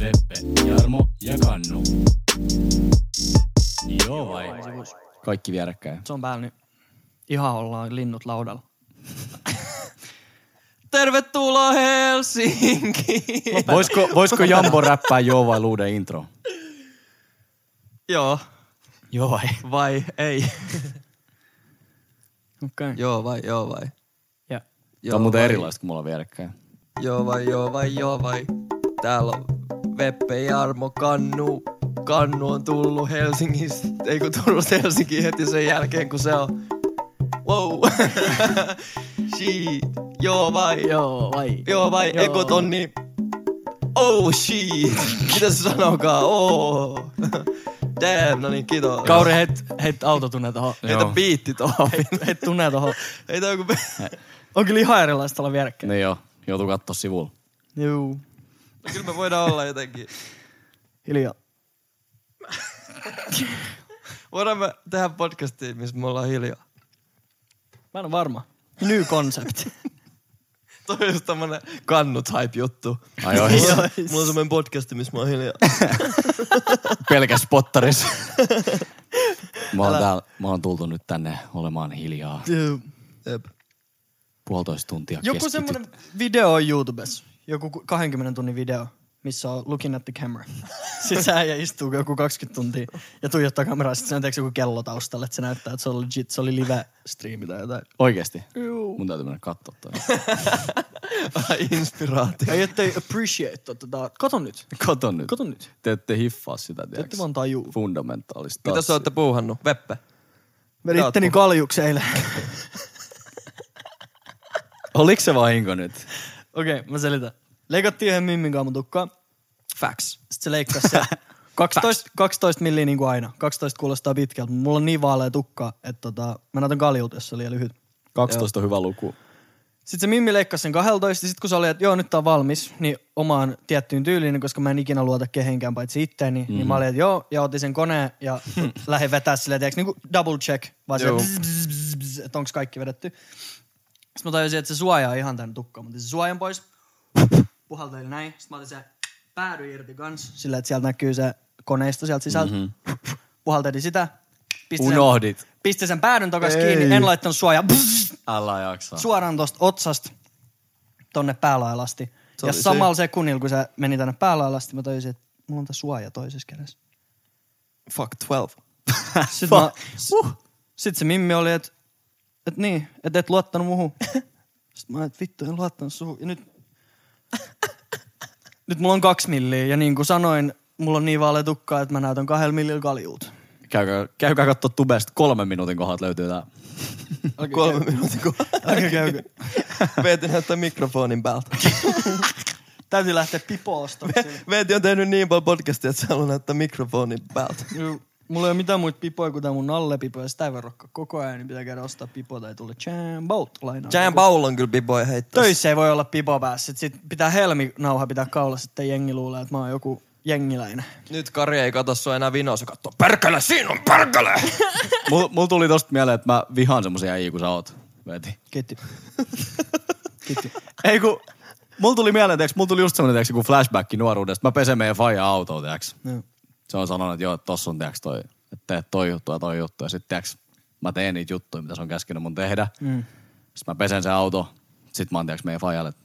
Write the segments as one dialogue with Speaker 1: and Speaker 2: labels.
Speaker 1: Veppe, Jarmo ja Kannu. Joo vai? Kaikki vierekkäin.
Speaker 2: Se on päällä nyt. Ihan ollaan linnut laudalla. Tervetuloa Helsinkiin!
Speaker 1: Voisiko, voisiko Jambo räppää joo vai luuden intro?
Speaker 2: Joo.
Speaker 3: Joo vai?
Speaker 2: Vai ei.
Speaker 3: Okay.
Speaker 2: Joo vai, joo vai.
Speaker 3: Ja.
Speaker 1: Tämä on muuten erilaista kuin mulla on vierekkäin.
Speaker 2: Joo vai, joo vai, joo vai. Täällä on Veppe Jarmo Kannu. Kannu on tullut Helsingistä, ei kun tullut Helsinkiin heti sen jälkeen, kun se on. Wow. shit. Joo vai, joo,
Speaker 3: Joo vai?
Speaker 2: joo vai,
Speaker 3: Joo.
Speaker 2: ekot on niin. Oh shit. Mitä se sanookaan? Oh. Damn, no niin, kiitos.
Speaker 3: Kauri, heit, heit auto tunne tohon.
Speaker 2: Heitä
Speaker 1: Joo.
Speaker 2: biitti tohon.
Speaker 3: Heit, heit tunne tohon.
Speaker 2: Heitä joku...
Speaker 3: On kyllä ihan erilaista olla vierekkäin.
Speaker 1: No joo, joutuu katsoa sivulla.
Speaker 3: Juu.
Speaker 2: Kyllä me voidaan olla jotenkin.
Speaker 3: Hiljaa.
Speaker 2: Voidaan me tehdä podcastia, missä me ollaan hiljaa.
Speaker 3: Mä en ole varma. New concept.
Speaker 2: Toi on just tämmönen kannu type juttu.
Speaker 1: Ai joo, siis
Speaker 2: Mulla, on-
Speaker 3: siis.
Speaker 2: mulla on semmonen podcast, missä mä oon hiljaa.
Speaker 1: pelkä spotteris. Mä oon, täällä, mä oon tultu nyt tänne olemaan hiljaa.
Speaker 2: Jep.
Speaker 1: Puolitoista tuntia
Speaker 3: Joku
Speaker 1: keskityt.
Speaker 3: semmonen video on YouTubessa. Joku ku- 20 tunnin video, missä on looking at the camera. Sitten se äijä istuu joku 20 tuntia ja tuijottaa kameraa. Sitten se näyttää joku kello taustalle, että se näyttää, että se on legit. Se oli live streami tai jotain.
Speaker 1: Oikeesti? Mun täytyy mennä kattoo toi.
Speaker 2: Ai inspiraatio.
Speaker 3: Ei, ettei appreciate tota. Kato nyt.
Speaker 1: Kato nyt.
Speaker 3: Kato nyt.
Speaker 1: Te ette hiffaa sitä, tiiäks?
Speaker 3: ette vaan tajuu.
Speaker 1: Fundamentaalista.
Speaker 2: Mitä sä
Speaker 1: tanssia.
Speaker 2: ootte puuhannut? Veppe.
Speaker 3: Veditte niin kaljuksi eilen.
Speaker 1: Oliks se vahinko nyt?
Speaker 3: Okei, mä selitän. Leikattiin yhden mimmin kanssa mun tukkaa. Facts. Sitten se leikkasi se 12, 12 milliä niin kuin aina. 12 kuulostaa pitkältä, mutta mulla on niin vaalea tukka, että tota, mä näytän kaljuuta, jos se on liian lyhyt.
Speaker 1: 12 on hyvä luku.
Speaker 3: Sitten se Mimmi leikkasi sen 12, ja sitten kun se oli, että joo, nyt tää on valmis, niin omaan tiettyyn tyyliin, niin koska mä en ikinä luota kehenkään paitsi itteeni, mm-hmm. niin mä olin, että joo, ja otin sen koneen ja lähdin vetää silleen, tiiäks, niin kuin double check, vaan se, bzz, bzz, bzz, bzz, että onko kaikki vedetty. Sitten mä tajusin, että se suojaa ihan tän tukkaan, mutta se suojan pois, puhaltelin näin, sitten mä otin se päädy irti kans, sillä että sieltä näkyy se koneisto sieltä sisältä, mm-hmm. puhaltelin sitä, pistin sen,
Speaker 1: Unohdit.
Speaker 3: pistin sen päädyn takas kiinni, en laittanut suojaa,
Speaker 1: Älä jaksa.
Speaker 3: suoraan tuosta otsasta tonne päälailasti.
Speaker 2: Se
Speaker 3: ja
Speaker 2: oli
Speaker 3: samalla sekunnilla, kun se meni tänne päälailasti, mä tajusin, että mulla on tää suoja toisessa kädessä.
Speaker 2: Fuck 12.
Speaker 3: Sitten, mä, uh. sit se mimmi oli, että et niin, että et luottanut muhun. Sitten mä että vittu, en luottanut suhun. Ja nyt, nyt mulla on kaksi milliä. Ja niin kuin sanoin, mulla on niin vaalea tukkaa, että mä näytän kahdella millillä kaljuut.
Speaker 1: Käykää, käykää kattoo tubesta. Kolmen minuutin kohdat löytyy tää.
Speaker 2: Kolme minuutin kun
Speaker 3: Okei, okei, okei.
Speaker 2: Veeti näyttää mikrofonin päältä.
Speaker 3: Täytyy lähteä pipoostoksille.
Speaker 2: Veeti on tehnyt niin paljon podcastia, että se haluaa näyttää mikrofonin päältä.
Speaker 3: Juu. Mulla ei ole mitään muita pipoja kuin tää mun nallepipoja. Sitä ei voi rokkaa koko ajan, niin pitää käydä ostaa pipoa tai tulla jambout lainaa.
Speaker 2: Jan Paul on kyllä pipoja heittää.
Speaker 3: Töissä ei voi olla pipo päässä. Sit sit pitää helminauha pitää kaulassa, sitten jengi luulee, että mä oon joku jengiläinen.
Speaker 2: Nyt Kari ei kato sua enää vinoa, se kattoo. Perkele, siinä on perkele!
Speaker 1: Mulla mul tuli tosta mieleen, että mä vihaan semmosia äijä, kun sä oot. Veti.
Speaker 3: Kiitti. Kiitti.
Speaker 1: Ei kun, mulla tuli mieleen, tiiäks, mulla tuli just semmonen, tiiäks, joku flashback nuoruudesta. Mä pesen meidän faija autoa, tiiäks.
Speaker 3: No.
Speaker 1: Se on sanonut, että joo, että tossa on, tiiäks, toi, että teet toi juttu ja toi juttu. Ja sit, tiiäks, mä teen niitä juttuja, mitä se on käskenyt mun tehdä. Mm. Sitten mä pesen sen auto. Sit mä oon, tiiäks, meidän faijalle, että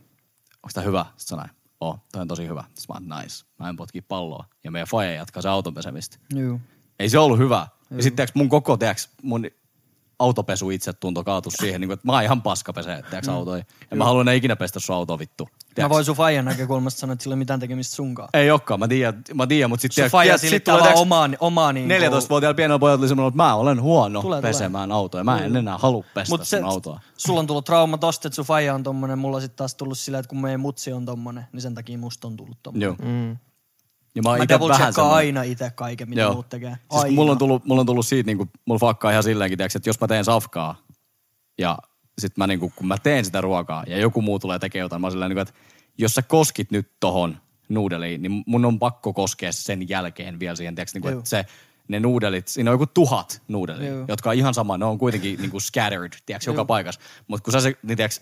Speaker 1: onks tää hyvä? Sit se näin, oo, toi on tosi hyvä. Sit mä oon, nice. Mä en potki palloa. Ja meidän faija jatkaa se auton pesemistä.
Speaker 3: Juu.
Speaker 1: Ei se ollut hyvä. Ja sitten mun koko, tiiäks, mun autopesu itse tunto kaatu siihen, niin kuin, että mä oon ihan paska pesee, tiiäks, autoja. Ja mä haluan enää ikinä pestä sun autoa vittu.
Speaker 3: Mm. Mä
Speaker 1: Tiiäks?
Speaker 3: voin sun faijan näkökulmasta sanoa, että sillä ei ole mitään tekemistä sunkaan.
Speaker 1: Ei olekaan, mä tiedän, mä tiedän mutta
Speaker 3: Sun
Speaker 1: sitten
Speaker 3: faija silittää vaan omaa, omaa niin
Speaker 1: 14-vuotiaalla pienellä pojalla tuli semmoinen, että mä olen huono
Speaker 3: Tulee,
Speaker 1: tulee,
Speaker 3: tulee.
Speaker 1: pesemään autoja. Mä en enää halua pestä
Speaker 3: Mut
Speaker 1: Mut
Speaker 3: se,
Speaker 1: sun autoa.
Speaker 3: sulla on tullut trauma tosta, että sun faija on tommonen. Mulla sit taas tullut sillä, että kun meidän mutsi on tommonen, niin sen takia musta on tullut tommonen.
Speaker 1: Joo. Mm. Ja mä, oon
Speaker 3: Mä
Speaker 1: ite
Speaker 3: double
Speaker 1: vähän
Speaker 3: checkaan
Speaker 1: semmonen.
Speaker 3: aina itse kaiken, mitä
Speaker 1: Joo.
Speaker 3: muut tekee.
Speaker 1: Siis kun
Speaker 3: Aina.
Speaker 1: mulla on tullut, mulla on tullut siitä, niin kuin, mulla fakkaa ihan silleenkin, tiiäks, että jos mä teen safkaa ja sit mä niin kuin, kun mä teen sitä ruokaa ja joku muu tulee tekemään jotain, mä oon silleen, niin kuin, että jos sä koskit nyt tohon nuudeliin, niin mun on pakko koskea sen jälkeen vielä siihen, tiiäks, niin kuin,
Speaker 3: Juu.
Speaker 1: että se, ne nuudelit, siinä on joku tuhat nuudelia,
Speaker 3: Juu.
Speaker 1: jotka on ihan sama, ne on kuitenkin niin kuin scattered, tiiäks, joka paikassa. Mutta kun sä se, niin tiiäks,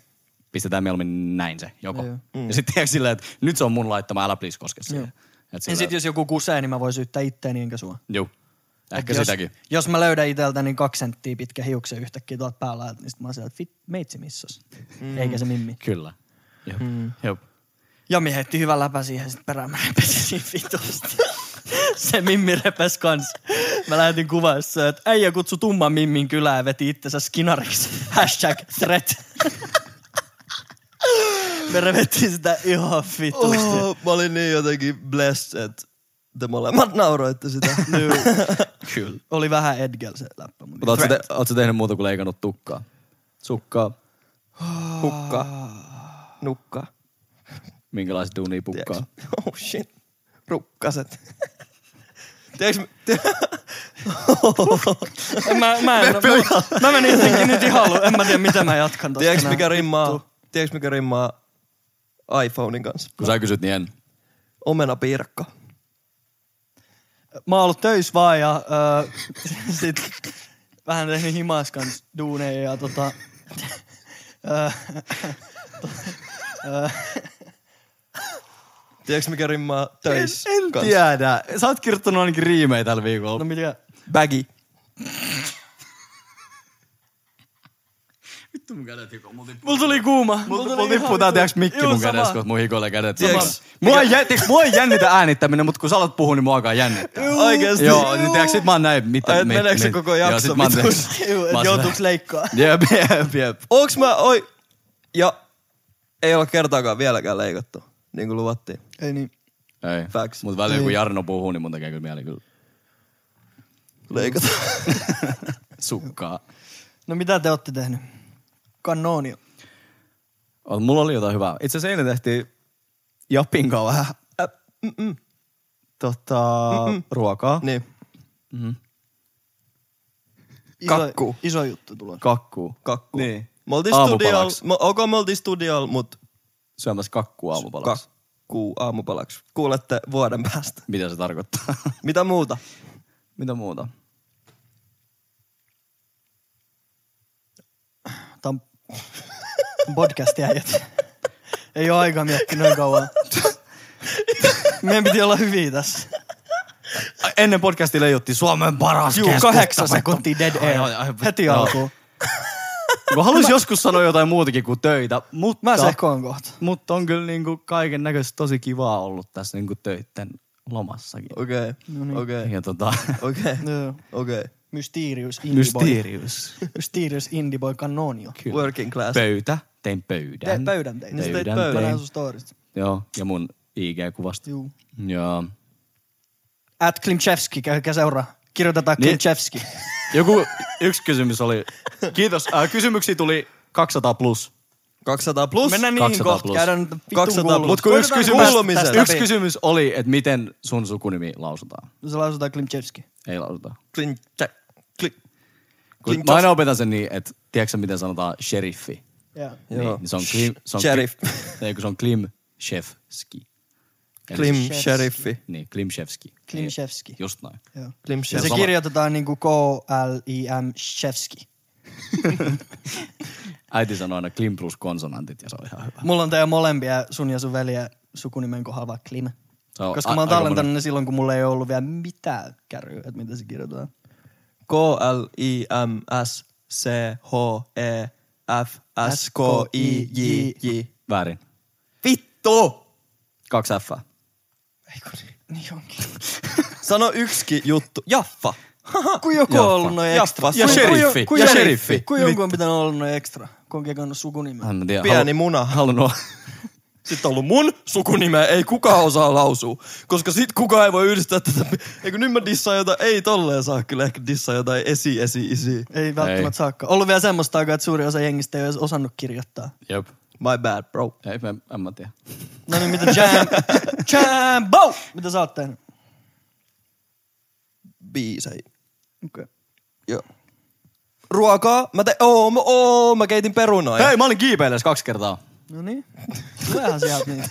Speaker 1: pistetään mieluummin näin se joko.
Speaker 3: Juu.
Speaker 1: Ja sitten tiiäks silleen, että nyt se on mun laittama, älä please koske siihen. Et
Speaker 3: Ja
Speaker 1: silleen-
Speaker 3: sit jos joku kusee, niin mä voin syyttää itteeni enkä sua.
Speaker 1: Juu. Ehkä
Speaker 3: Et jos,
Speaker 1: sitäkin.
Speaker 3: Jos mä löydän iteltäni kaksi senttiä pitkä hiuksen yhtäkkiä tuolta päällä, niin sit mä oon sieltä, fit, meitsi missos. Mm. Eikä se mimmi.
Speaker 1: Kyllä. Jep. Mm. Jep.
Speaker 3: Ja mie heitti hyvän läpä siihen, sit perään mä repesin vitusti. se mimmi repes kans. Mä lähetin kuvan, jossa se, että äijä kutsu tumman mimmin kylään ja veti itsensä skinariksi. Hashtag threat. Me revettiin sitä ihan vitusti.
Speaker 4: Oh, mä olin niin jotenkin blessed, että te molemmat nauroitte sitä.
Speaker 1: Kyllä.
Speaker 3: Oli vähän Edgel se läppä. Mutta
Speaker 1: Mutta ootko, te, ootko tehnyt muuta kuin leikannut tukkaa? Sukkaa.
Speaker 4: Hukka. Nukka.
Speaker 1: Minkälaista duunia pukkaa?
Speaker 4: Tiedätkö? Oh shit. Rukkaset. Tiedätkö, te-
Speaker 3: mä, mä, en, mä, mä menin jotenkin nyt ihan lu- En mä tiedä, mitä mä jatkan tosta.
Speaker 4: tiedätkö
Speaker 3: enää.
Speaker 4: mikä rimmaa? Tiedätkö mikä rimmaa iPhonein kanssa?
Speaker 1: Kun sä kysyt, niin en.
Speaker 4: Omenapiirakka.
Speaker 3: Mä oon ollut töissä vaan ja öö, sit vähän tehnyt himas kanssa duuneja ja tota... öö,
Speaker 4: Tiedätkö mikä rimmaa töissä kanssa?
Speaker 1: Tiedä. Sä oot kirjoittanut ainakin riimejä tällä viikolla.
Speaker 3: no mitä?
Speaker 4: Bagi.
Speaker 1: vittu mun kädet hikaa. Mulla tippuu,
Speaker 3: Mulla tuli kuuma.
Speaker 1: mulla
Speaker 3: tuli
Speaker 1: mulla
Speaker 3: ihan
Speaker 1: tippuu tää,
Speaker 3: vitu-
Speaker 1: tiiäks, mikki
Speaker 3: Juu,
Speaker 1: mun
Speaker 3: sama.
Speaker 1: kädessä, kun mun hikoilee kädet.
Speaker 4: Tiiäks-
Speaker 1: samalla. Mua ei, jä- tiiäks, mua ei jännitä äänittäminen, mutta kun sä alat puhua, niin mua alkaa jännittää.
Speaker 4: Oikeesti.
Speaker 1: Joo, niin tiiäks, sit mä oon näin. Mitä,
Speaker 4: Ai, et meneekö se koko jakso
Speaker 1: Joo, sit mä oon
Speaker 4: vitusti?
Speaker 1: tiiäks-
Speaker 3: Juu,
Speaker 1: mä
Speaker 3: et
Speaker 1: oon
Speaker 3: joutuuks leikkaa.
Speaker 1: silleen, Jep, jep, jep.
Speaker 4: Onks mä, oi. Ja ei ole kertaakaan vieläkään leikattu, niin kuin luvattiin.
Speaker 3: Ei niin.
Speaker 1: Ei.
Speaker 4: Facts.
Speaker 1: Mut välillä kun Jarno puhuu, niin mun tekee kyllä mieli kyllä
Speaker 4: Leikata.
Speaker 1: sukkaa.
Speaker 3: No mitä te ootte tehnyt? Kannoonia.
Speaker 1: Oh, mulla oli jotain hyvää. Itse asiassa eilen tehtiin Japin kanssa vähän äh, tota, ruokaa.
Speaker 4: niin.
Speaker 3: Iso,
Speaker 4: Kakku.
Speaker 3: Iso juttu tulossa.
Speaker 1: Kakkuu.
Speaker 4: Kakku.
Speaker 1: Niin.
Speaker 4: Me oltiin studial,
Speaker 1: Aamupalaksi.
Speaker 4: me, okay, me oltiin studial, mut
Speaker 1: Syömässä kakkua aamupalaksi. Kak-
Speaker 4: kakku aamupalaksi. Kuulette vuoden päästä.
Speaker 1: Mitä se tarkoittaa?
Speaker 4: Mitä muuta?
Speaker 1: Mitä muuta?
Speaker 3: Tää on podcast äijät. Ei oo aikaa miettiä noin kauan. Meidän piti olla hyviä tässä.
Speaker 1: Ennen podcastia leijotti Suomen paras
Speaker 3: Juu, kahdeksan sekuntia dead air. Heti alkuun.
Speaker 1: Mä haluaisin joskus sanoa jotain muutakin kuin töitä, mutta,
Speaker 3: Mä sekoon kohta.
Speaker 1: mutta on kyllä niinku kaiken näköistä tosi kivaa ollut tässä niinku töitten lomassakin.
Speaker 4: Okei,
Speaker 3: No niin.
Speaker 4: okei,
Speaker 1: Ja tota,
Speaker 4: okei,
Speaker 3: Joo.
Speaker 4: okei.
Speaker 3: Mysterious Indie Boy.
Speaker 1: mysteerius.
Speaker 3: Mysterious Indie Boy Canonio.
Speaker 4: Working class.
Speaker 1: Pöytä. Tein pöydän.
Speaker 3: Tein pöydän tein.
Speaker 4: Niin sä teit
Speaker 1: Pöydän
Speaker 4: pöydän.
Speaker 3: Mä
Speaker 1: tein.
Speaker 3: näen sun storista.
Speaker 1: Joo, ja mun IG-kuvasta.
Speaker 3: Juu.
Speaker 1: Joo.
Speaker 3: At Klimchevski, käykää seuraa. Kirjoitetaan
Speaker 1: Niin.
Speaker 3: Klimchevski.
Speaker 1: Joku yksi kysymys oli. Kiitos. Äh, kysymyksiä tuli 200 plus.
Speaker 4: 200 plus.
Speaker 3: Mennään
Speaker 1: niihin
Speaker 3: niihin
Speaker 1: 200 kohta,
Speaker 3: kohta.
Speaker 1: plus.
Speaker 3: Käydään
Speaker 1: käydään
Speaker 3: nyt vitun
Speaker 4: 200
Speaker 3: kuuluu.
Speaker 4: plus.
Speaker 1: Mutta kun yksi
Speaker 4: Koitetaan
Speaker 1: kysymys,
Speaker 4: kuulumisesta
Speaker 1: yksi
Speaker 4: läpi.
Speaker 1: kysymys oli, että miten sun sukunimi lausutaan.
Speaker 3: Se lausutaan Klimchevski.
Speaker 1: Ei lausuta.
Speaker 4: Klin, tsäk, klin.
Speaker 1: Kun
Speaker 4: Klintos.
Speaker 1: mä aina opetan sen niin, että tiedätkö sä, miten sanotaan sheriffi?
Speaker 3: Joo.
Speaker 4: Joo.
Speaker 1: Niin, niin se on klim, se on
Speaker 4: Sheriff.
Speaker 1: Klim, ei, kun se on klim shefski.
Speaker 4: Klim sheriffi.
Speaker 1: Niin, klim shefski.
Speaker 3: Klimchevski.
Speaker 1: Just näin.
Speaker 3: Joo.
Speaker 4: Klim
Speaker 3: Ja
Speaker 4: sheriffi.
Speaker 3: se
Speaker 1: sama.
Speaker 3: kirjoitetaan niinku K-L-I-M Shevski.
Speaker 1: Äiti sanoi aina klim plus konsonantit ja se on ihan hyvä.
Speaker 3: Mulla on teidän molempia, sun ja sun veljeä, sukunimen kohdalla vaan Klim.
Speaker 1: Se on
Speaker 3: Koska
Speaker 1: a-
Speaker 3: mä oon
Speaker 1: aika
Speaker 3: tallentanut ne silloin, kun mulla ei ollut vielä mitään kärryä, että miten se kirjoitetaan.
Speaker 4: E K-L-I-M-S-C-H-E-F-S-K-I-J-J.
Speaker 1: monen- Väärin.
Speaker 4: Vittu!
Speaker 1: Kaksi F.
Speaker 4: Ei kun niin.
Speaker 3: Niin onkin.
Speaker 4: Sano yksikin juttu. Jaffa.
Speaker 3: Kun joku on
Speaker 1: Jaffa.
Speaker 3: ollut noin
Speaker 4: Jaffa.
Speaker 3: ekstra.
Speaker 4: Ja
Speaker 3: Kun- kun-
Speaker 1: sheriffi.
Speaker 3: kun-
Speaker 1: Ja
Speaker 3: kun-
Speaker 1: sheriffi.
Speaker 3: Kun jonkun on pitänyt olla noin ekstra. Kun on kekannut sukunimen.
Speaker 1: En mä tiedä.
Speaker 4: Pieni muna.
Speaker 1: Halunnut.
Speaker 4: Sitten on ollut mun sukunimeä, ei kukaan osaa lausua. Koska sit kukaan ei voi yhdistää tätä. Eikö nyt mä dissaan jotain, ei tolleen saa kyllä ehkä dissaa jotain esi, esi, isi.
Speaker 3: Ei välttämättä
Speaker 1: Ei.
Speaker 3: saakka. Ollut vielä semmoista aikaa, että suuri osa jengistä ei ole edes osannut kirjoittaa.
Speaker 1: Jep.
Speaker 4: My bad, bro.
Speaker 1: Ei, mä, en mä tiedä.
Speaker 3: No niin, mitä jam, jambo! Mitä sä oot tehnyt?
Speaker 4: biisejä.
Speaker 3: Okay.
Speaker 4: Joo. Ruokaa? Mä, te- oo, mä, oo, mä keitin perunoja.
Speaker 1: Hei, mä olin kiipeilijässä kaksi kertaa.
Speaker 3: No niin. Tuleehan sieltä niitä.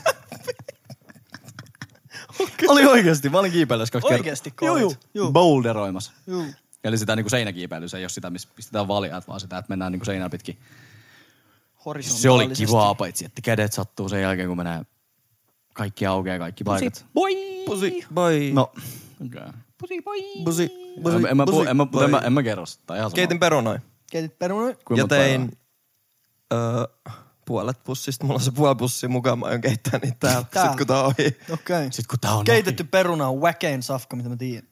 Speaker 1: Oli oikeesti, mä olin kiipeilijässä kaksi
Speaker 3: Oikeesti
Speaker 1: kertaa.
Speaker 3: koit?
Speaker 1: Joo, joo. Boulderoimassa.
Speaker 3: Juu.
Speaker 1: Eli sitä niinku seinäkiipeilyä, se ei ole sitä, missä pistetään valjaat, vaan sitä, että mennään niinku seinää pitkin. Se oli
Speaker 3: Horisontaalisesti.
Speaker 1: kivaa, paitsi että kädet sattuu sen jälkeen, kun mennään kaikki aukeaa, kaikki paikat.
Speaker 4: Boy. Pusi. Boy.
Speaker 1: No, okay.
Speaker 4: Pusi. Pusi.
Speaker 1: en, en, mä, puhu-
Speaker 4: pusi,
Speaker 1: en, mä,
Speaker 4: boy.
Speaker 1: en, mä, en mä kerro sitä. tää on Ihan sama.
Speaker 4: Keitin perunoja.
Speaker 3: Keitit perunoja?
Speaker 1: Kuinka
Speaker 4: ja
Speaker 1: monta
Speaker 4: tein
Speaker 1: päivää?
Speaker 4: öö, puolet pussista. Mulla on se puoli pussia mukaan. Mä aion keittää niitä täällä.
Speaker 3: Täällä.
Speaker 4: Sitten kun tää on ohi.
Speaker 3: Okei. Okay.
Speaker 1: Sitten kun tää on
Speaker 3: Keitetty peruna on väkein safka, mitä mä tiedän.